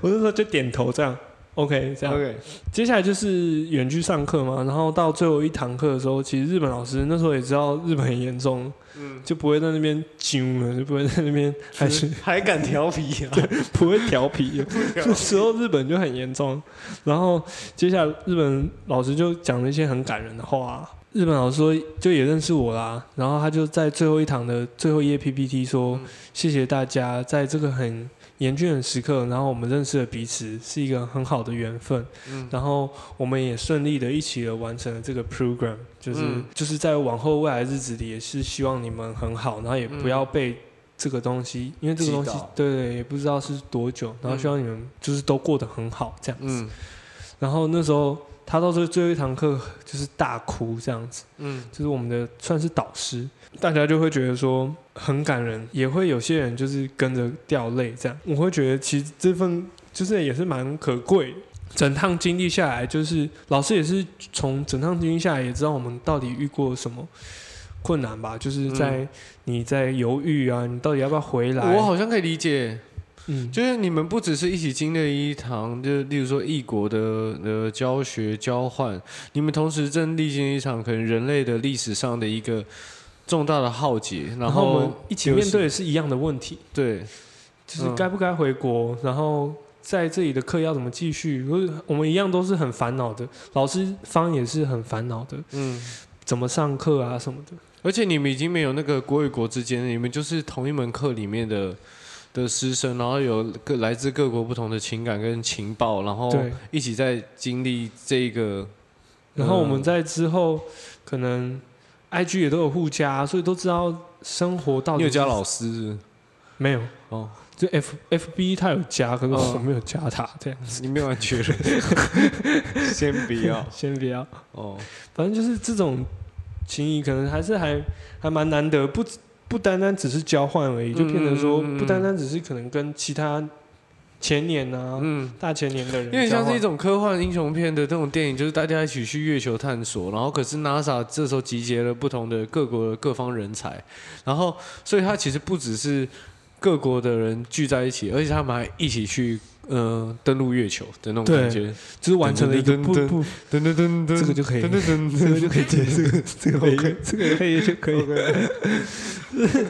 Speaker 1: 我那时候就点头这样，OK，这样。
Speaker 2: OK，
Speaker 1: 接下来就是远距上课嘛，然后到最后一堂课的时候，其实日本老师那时候也知道日本很严重，
Speaker 2: 嗯，
Speaker 1: 就不会在那边揪了，就不会在那边还是
Speaker 2: 还敢调皮啊？
Speaker 1: 不会调皮。那时候日本就很严重，然后接下来日本老师就讲了一些很感人的话。日本老师说就也认识我啦，然后他就在最后一堂的最后一页 PPT 说：“
Speaker 2: 嗯
Speaker 1: 谢谢大家，在这个很严峻的时刻，然后我们认识了彼此，是一个很好的缘分。
Speaker 2: 嗯
Speaker 1: 然后我们也顺利的一起的完成了这个 program，就是、
Speaker 2: 嗯
Speaker 1: 就是在往后未来日子里，也是希望你们很好，然后也不要被这个东西，因为这个东西
Speaker 2: 击倒
Speaker 1: 对对，也不知道是多久，然后希望你们就是都过得很好这样子。
Speaker 2: 嗯
Speaker 1: 然后那时候他到最最后一堂课就是大哭这样子，
Speaker 2: 嗯
Speaker 1: 就是我们的算是导师，大家就会觉得说很感人，也会有些人就是跟着掉泪这样。我会觉得其实这份就是也是蛮可贵的。整趟经历下来，就是老师也是从整趟经历下来，也知道我们到底遇过什么困难吧。就是在你在犹豫啊，你到底要不要回来？
Speaker 2: 我好像可以理解，
Speaker 1: 嗯，
Speaker 2: 就是你们不只是一起经历了一堂，就例如说异国的呃教学交换，你们同时正历经一场可能人类的历史上的一个重大的浩劫，
Speaker 1: 然
Speaker 2: 然
Speaker 1: 后我们
Speaker 2: 后
Speaker 1: 一起面对的是一样的问题，
Speaker 2: 对，
Speaker 1: 就是
Speaker 2: 嗯
Speaker 1: 该不该回国，然后在这里的课要怎么继续，就是我们一样都是很烦恼的，老师方也是很烦恼的，
Speaker 2: 嗯。
Speaker 1: 怎么上课啊什么的。
Speaker 2: 而且你们已经没有那个国与国之间，你们就是同一门课里面的的师生，然后有各来自各国不同的情感跟情报，然后
Speaker 1: 对
Speaker 2: 一起在经历这个，
Speaker 1: 然后我们
Speaker 2: 嗯
Speaker 1: 在之后可能 IG 也都有互加，所以都知道生活到
Speaker 2: 你
Speaker 1: 底
Speaker 2: 有
Speaker 1: 是
Speaker 2: 加老师是不是
Speaker 1: 没有。
Speaker 2: 哦，
Speaker 1: 就 F F B 他有加，可是
Speaker 2: 哦
Speaker 1: 我没有加他，这样
Speaker 2: 你没有完确认， 先不要
Speaker 1: 先不要。
Speaker 2: 哦，
Speaker 1: 反正就是这种情谊，可能还是还还蛮难得，不只不单单只是交换而已，就变成说
Speaker 2: 嗯
Speaker 1: 不单单只是可能跟其他前年啊、
Speaker 2: 嗯。
Speaker 1: 大前年的人交换，
Speaker 2: 因为像是一种科幻英雄片的那种电影，就是大家一起去月球探索，然后可是 NASA 这时候集结了不同的各国的各方人才，然后所以它其实不只是各国的人聚在一起，而且他们还一起去呃登陆月球的那种
Speaker 1: 对
Speaker 2: 感觉。
Speaker 1: 就是完成了一个
Speaker 2: 噔
Speaker 1: 不
Speaker 2: 噔
Speaker 1: 不，
Speaker 2: 噔噔噔噔，
Speaker 1: 这个就可以
Speaker 2: 噔噔噔，
Speaker 1: 这个就可以接，这个 这个可以
Speaker 2: OK
Speaker 1: 这个可以就可以。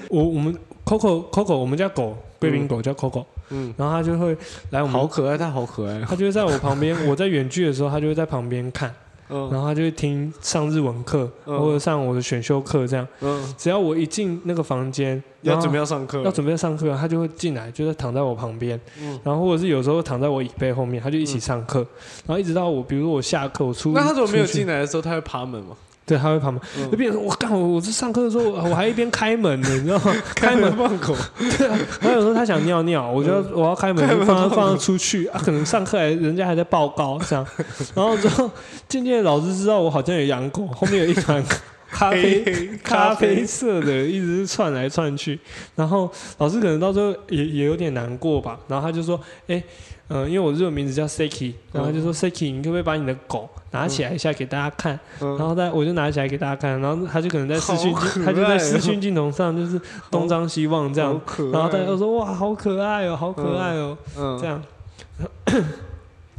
Speaker 1: 我我们 Coco Coco 我们家狗贵宾狗叫 Coco，
Speaker 2: 嗯，
Speaker 1: 然后它就会来我
Speaker 2: 好
Speaker 1: 们，
Speaker 2: 可爱，它好可爱。哦
Speaker 1: 它就会在我旁边，我在远距的时候，它就会在旁边看，然
Speaker 2: 嗯
Speaker 1: 后他就会听上日文课、
Speaker 2: 嗯
Speaker 1: 或者上我的选修课这样。
Speaker 2: 嗯，
Speaker 1: 只要我一进那个房间，
Speaker 2: 要
Speaker 1: 然后
Speaker 2: 准备要上课，
Speaker 1: 要准备上课，他就会进来，就是躺在我旁边，
Speaker 2: 嗯
Speaker 1: 然后或者是有时候躺在我椅背后面，他就一起上课，然后一直到我，比如说我下课，我出
Speaker 2: 那他怎么没有？
Speaker 1: 出
Speaker 2: 进
Speaker 1: 去
Speaker 2: 来的时候，他会爬门 吗？
Speaker 1: 对，他会旁边，
Speaker 2: 嗯
Speaker 1: 就变成说我干，我我这上课的时候，我我还一边开门呢，你知道 吗？开门
Speaker 2: 放狗，
Speaker 1: 对啊，然后有时候他想尿尿，我就要我要开门，
Speaker 2: 嗯开
Speaker 1: 就
Speaker 2: 门
Speaker 1: 放他
Speaker 2: 放
Speaker 1: 放他出去啊，可能上课还人家还在报告这 样，然后之后渐渐老师知道我好像有养狗，后面有一团咖啡
Speaker 2: 黑
Speaker 1: 咖啡，色的一直窜来窜去，然后老师可能到最后也也有点难过吧，然后他就说，哎、嗯、因为我日文名字叫 Seki，然
Speaker 2: 嗯
Speaker 1: 后他就说 Seki，你可不可以把你的狗拿起来一下给大家看？
Speaker 2: 嗯
Speaker 1: 然后在我就拿起来给大家看，然后他就可能在视讯
Speaker 2: 好可
Speaker 1: 镜，
Speaker 2: 爱
Speaker 1: 他就在视
Speaker 2: 哦
Speaker 1: 讯镜头上就是东张西望这样
Speaker 2: 好，可爱
Speaker 1: 然后大家都说哇，好可爱哦，好可爱哦，
Speaker 2: 嗯
Speaker 1: 这样。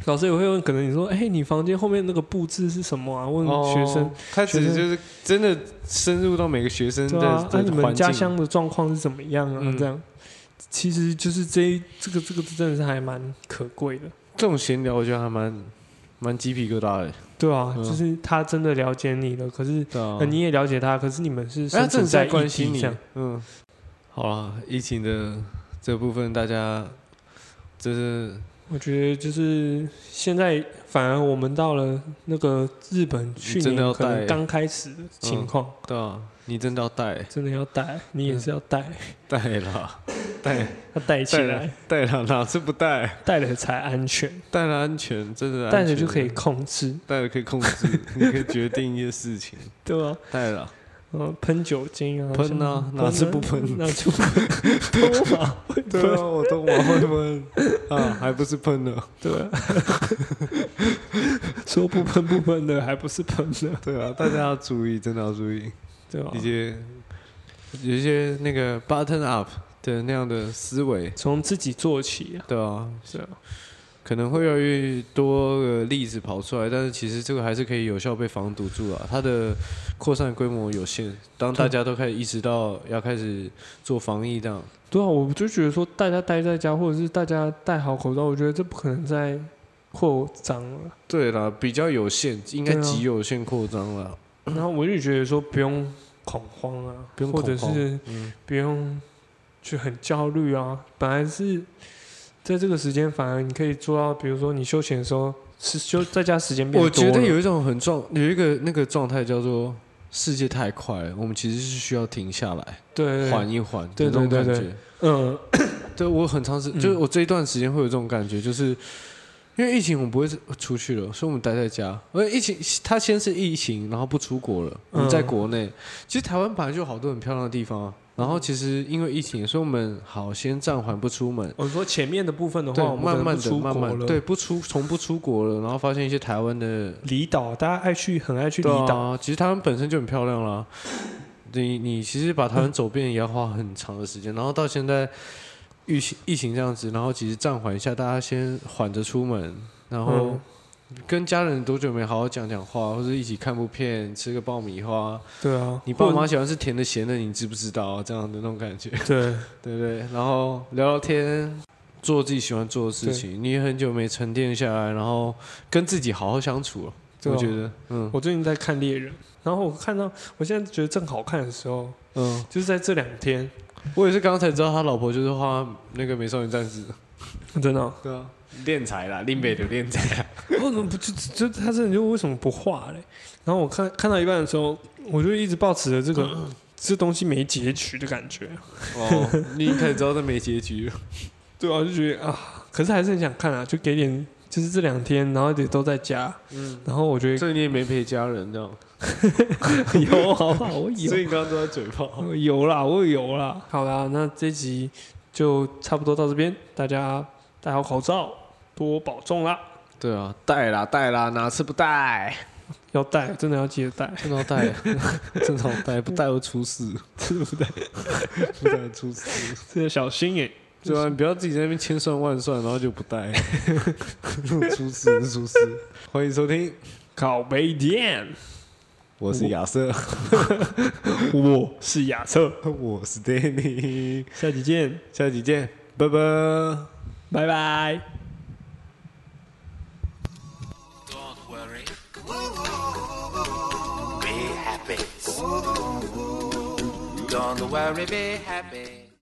Speaker 1: 老师也会问，可能你说，哎、你房间后面那个布置是什么啊？问学生，
Speaker 2: 哦，他只
Speaker 1: 学生
Speaker 2: 就是真的深入到每个学生的
Speaker 1: 对啊，那、你
Speaker 2: 的环
Speaker 1: 们
Speaker 2: 境
Speaker 1: 家乡的状况是怎么样啊？
Speaker 2: 嗯
Speaker 1: 这样，其实就是这一这个这个真的是还蛮可贵的，
Speaker 2: 这种闲聊，我觉得还蛮蛮鸡皮疙瘩的。
Speaker 1: 对啊，
Speaker 2: 嗯
Speaker 1: 就是他真的了解你了，可是、
Speaker 2: 对啊
Speaker 1: 呃你也了解他，可是你们是
Speaker 2: 哎，
Speaker 1: 生
Speaker 2: 正
Speaker 1: 存
Speaker 2: 在
Speaker 1: 异
Speaker 2: 关
Speaker 1: 地
Speaker 2: 心
Speaker 1: 这样
Speaker 2: 你。嗯，好啊，疫情的这部分大家就是
Speaker 1: 我觉得就是现在，反而我们到了那个日本去
Speaker 2: 真的
Speaker 1: 年
Speaker 2: 要
Speaker 1: 可能
Speaker 2: 带
Speaker 1: 刚开始的情况，
Speaker 2: 对啊，你真的要带
Speaker 1: 真的要带，你
Speaker 2: 嗯
Speaker 1: 也是要带，
Speaker 2: 带 啦，带
Speaker 1: 要带起
Speaker 2: 带
Speaker 1: 来
Speaker 2: 了，带了，哪次不带？
Speaker 1: 带了才安全，
Speaker 2: 带了安全，真的安
Speaker 1: 带着
Speaker 2: 全
Speaker 1: 就可以，控制，
Speaker 2: 带了可以 控制，你可以决定一些事情。
Speaker 1: 对啊吧？
Speaker 2: 带了，
Speaker 1: 嗯，喷酒精啊，
Speaker 2: 喷啊
Speaker 1: 什么
Speaker 2: 哪次不喷
Speaker 1: 哪次不喷？都嘛会
Speaker 2: 对
Speaker 1: 喷，
Speaker 2: 啊，我都往会喷 啊，还不是喷了。
Speaker 1: 对啊。 说不喷不喷的，还不是喷的，
Speaker 2: 对啊，大家要注意，真的要注意
Speaker 1: 对吧
Speaker 2: 一？些有一些那个 button up 的那样的思维，
Speaker 1: 从自己做起啊，
Speaker 2: 对啊，
Speaker 1: 是啊，
Speaker 2: 可能会越来越多个例子跑出来，但是其实这个还是可以有效被防堵住啊。它的扩散规模有限，当大家都开始意识到要开始做防疫这样，
Speaker 1: 对啊，我就觉得说，大家待在家，或者是大家戴好口罩，我觉得这不可能再扩张了。
Speaker 2: 对啦，比较有限，应该
Speaker 1: 对啊
Speaker 2: 极有限扩张了。
Speaker 1: 然后我就觉得说，不用恐慌啊，
Speaker 2: 嗯不用
Speaker 1: 或者
Speaker 2: 恐慌
Speaker 1: 是
Speaker 2: 嗯，
Speaker 1: 不用去很焦虑啊。本来是在这个时间，反而你可以做到，比如说你休闲的时候，是就在家时间变
Speaker 2: 我
Speaker 1: 多
Speaker 2: 觉得
Speaker 1: 了
Speaker 2: 有一种很状，有一个那个状态叫做世界太快了，我们其实是需要停下来。
Speaker 1: 对对对
Speaker 2: 缓一缓，
Speaker 1: 对
Speaker 2: 有这种
Speaker 1: 对
Speaker 2: 感
Speaker 1: 对
Speaker 2: 觉。
Speaker 1: 嗯
Speaker 2: 对我很长时，
Speaker 1: 嗯
Speaker 2: 就是我这一段时间会有这种感觉，就是因为疫情，我们不会出去了，所以我们待在家。而疫情，它先是疫情，然后不出国了，我们
Speaker 1: 嗯
Speaker 2: 在国内。其实台湾本来就有好多很漂亮的地方啊。然后其实因为疫情，所以我们好先暂缓不出门，
Speaker 1: 我说前面的部分的
Speaker 2: 对
Speaker 1: 话，我，们
Speaker 2: 慢
Speaker 1: 可能
Speaker 2: 慢
Speaker 1: 不
Speaker 2: 的
Speaker 1: 出
Speaker 2: 慢
Speaker 1: 国
Speaker 2: 慢
Speaker 1: 了。
Speaker 2: 对，，不出从不出国了，然后发现一些台湾的
Speaker 1: 离岛大家爱去，很爱去离
Speaker 2: 对
Speaker 1: 岛。
Speaker 2: 啊，其实台湾本身就很漂亮啦。你你其实把台湾走遍也要花很长的时间，然后到现在疫情疫情这样子，然后其实暂缓一下，大家先缓着出门，然后
Speaker 1: 嗯
Speaker 2: 跟家人多久没好好讲讲话，或者一起看部片，吃个爆米花。
Speaker 1: 对啊，
Speaker 2: 你爸
Speaker 1: 或
Speaker 2: 妈喜欢吃甜的咸的，你知不知道啊？这样的那种 感觉，
Speaker 1: 对啊
Speaker 2: 对不对？然后聊聊天。做自己喜欢做的事情，你也很久没沉淀下来，然后跟自己好好相处了。
Speaker 1: 对啊
Speaker 2: 我觉得，嗯
Speaker 1: 我最近在看猎人，然后我看到我现在觉得正好看的时候，
Speaker 2: 嗯，
Speaker 1: 就是在这两天，
Speaker 2: 我也是刚才知道他老婆就是画那个美少女战士，
Speaker 1: 真的哦、
Speaker 2: 对啊，练财啦，林北的练财啦，
Speaker 1: 为什么不就就他这人就为什么不画嘞？然后我看看到一半的时候，我就一直抱持着这个这东西没结局的感觉，
Speaker 2: 哦，你可以知道这没结 局了，
Speaker 1: 对啊，就觉得啊，可是还是很想看啊，就给点就是这两天，然后也都在家，
Speaker 2: 嗯，
Speaker 1: 然后我觉得
Speaker 2: 所以你也没陪家人这样，
Speaker 1: 有好不好？我
Speaker 2: 所
Speaker 1: 有
Speaker 2: 以你刚刚都在嘴炮，
Speaker 1: 我有啦，我有啦。好啦，那这集就差不多到这边，大家戴好口罩，多保重啦，
Speaker 2: 对啊，带啦带啦，哪次不带？
Speaker 1: 要戴真的要记得戴，
Speaker 2: 真的要 带，真的要带，不带会出 事，
Speaker 1: 对不对？
Speaker 2: 不带会出事，
Speaker 1: 真的小心耶、
Speaker 2: 对啊，你不要自己在那边千算万算，然后就不带，出事是出事。 欢迎收听，
Speaker 1: 靠北点，
Speaker 2: 我是亚瑟，
Speaker 1: 我是亚瑟。
Speaker 2: 我是 Danny，
Speaker 1: 下期见，
Speaker 2: 下期见，拜拜。
Speaker 1: 拜拜。
Speaker 4: Don't
Speaker 3: Don't worry. Be happy. Don't worry, be happy.